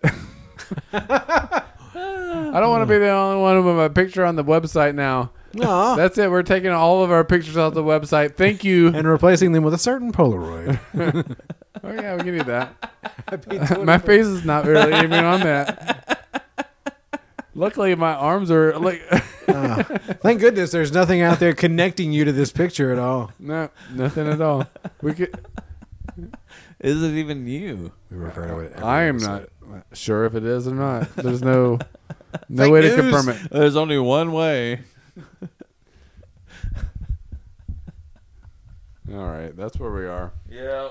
I don't want to be the only one with my picture on the website now.
Aw.
That's it. We're taking all of our pictures off the website. Thank you.
and replacing them with a certain Polaroid.
Oh yeah, we can do that. my face is not really even on that. Luckily, my arms are like
Ah. thank goodness there's nothing out there connecting you to this picture at all.
no nothing at all. We could.
Is it even you?
We refer to it. every
I am
episode.
not sure if it is or not. There's no no
Fake
way to
news.
confirm it.
There's only one way.
All right, that's where we are.
Yeah.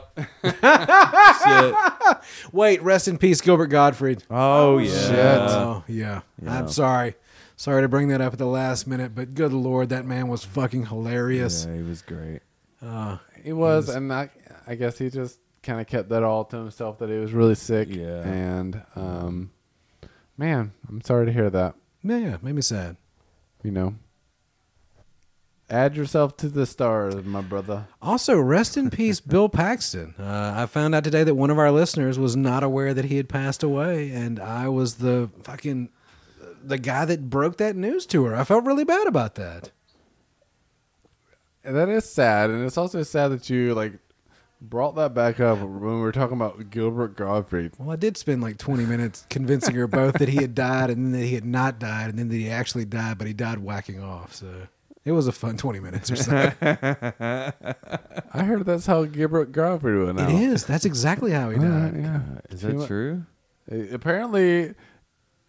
Shit.
Wait, rest in peace, Gilbert Gottfried.
Oh yeah.
Oh, yeah. I'm sorry. Sorry to bring that up at the last minute, but good lord, that man was fucking hilarious.
Yeah, he was great.
Uh,
He was, and I, I guess he just kind of kept that all to himself that he was really sick.
Yeah.
And um, man, I'm sorry to hear that.
yeah, yeah, made me sad.
You know, add yourself to the stars, my brother.
Also, rest in peace, Bill Paxton. Uh, I found out today that one of our listeners was not aware that he had passed away, and I was the fucking the guy that broke that news to her. I felt really bad about that.
And that is sad, and it's also sad that you like brought that back up when we were talking about Gilbert Gottfried.
Well, I did spend like 20 minutes convincing her both that he had died and then that he had not died and then that he actually died, but he died whacking off. So it was a fun 20 minutes or so.
I heard that's how Gilbert Gottfried went out.
It is. That's exactly how he
All
died.
right, yeah.
Is
You know-
that true?
Uh, Apparently,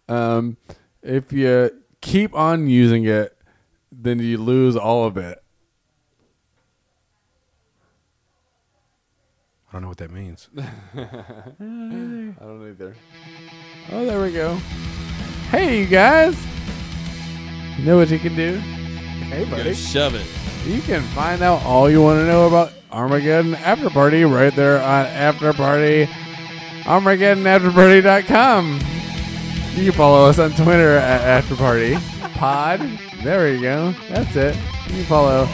um, if you keep on using it, then you lose all of it.
I don't know what that means.
I don't either. Oh, there we go. Hey, you guys. You know what you can do? Hey, buddy.
shove it.
You can find out all you want to know about Armageddon After Party right there on After Party. ArmageddonAfterParty.com. You can follow us on Twitter at After Party Pod. There you go. That's it. You can follow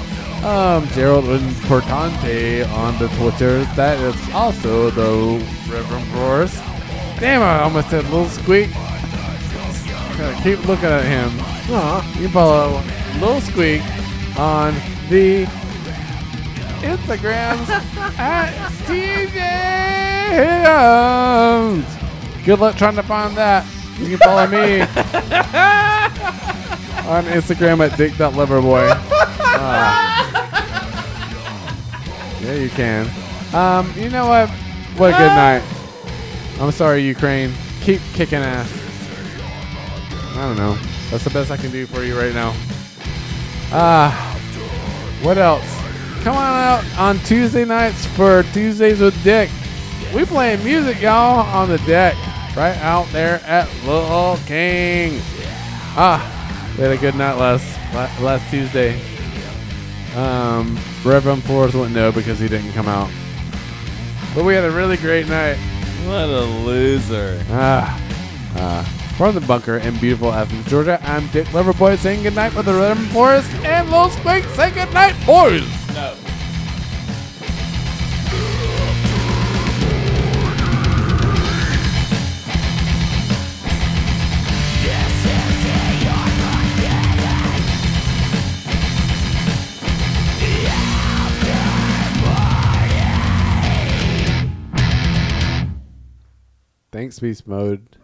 um, Gerald Importante on the Twitter. That is also the Reverend Forrest. Damn, I almost said Little Squeak. Gotta keep looking at him.
Aw.
You can follow Lil Squeak on the Instagrams at Steve Good luck trying to find that. You can follow me on Instagram at dick.loverboy. Ah. yeah, you can. Um, you know what? What a good night. I'm sorry, Ukraine. Keep kicking ass. I don't know. That's the best I can do for you right now. Ah, what else? Come on out on Tuesday nights for Tuesdays with Dick. We playing music, y'all, on the deck, right out there at Little King. Ah, we had a good night last la- last Tuesday. Um, Reverend Forrest went no because he didn't come out, but we had a really great night.
What a loser.
Ah, ah. From the bunker in beautiful Athens, Georgia, I'm Dick Loverboy saying goodnight with the Rhythm Forest and Lil Squeak. Say goodnight, boys! Thanks, Beast Mode.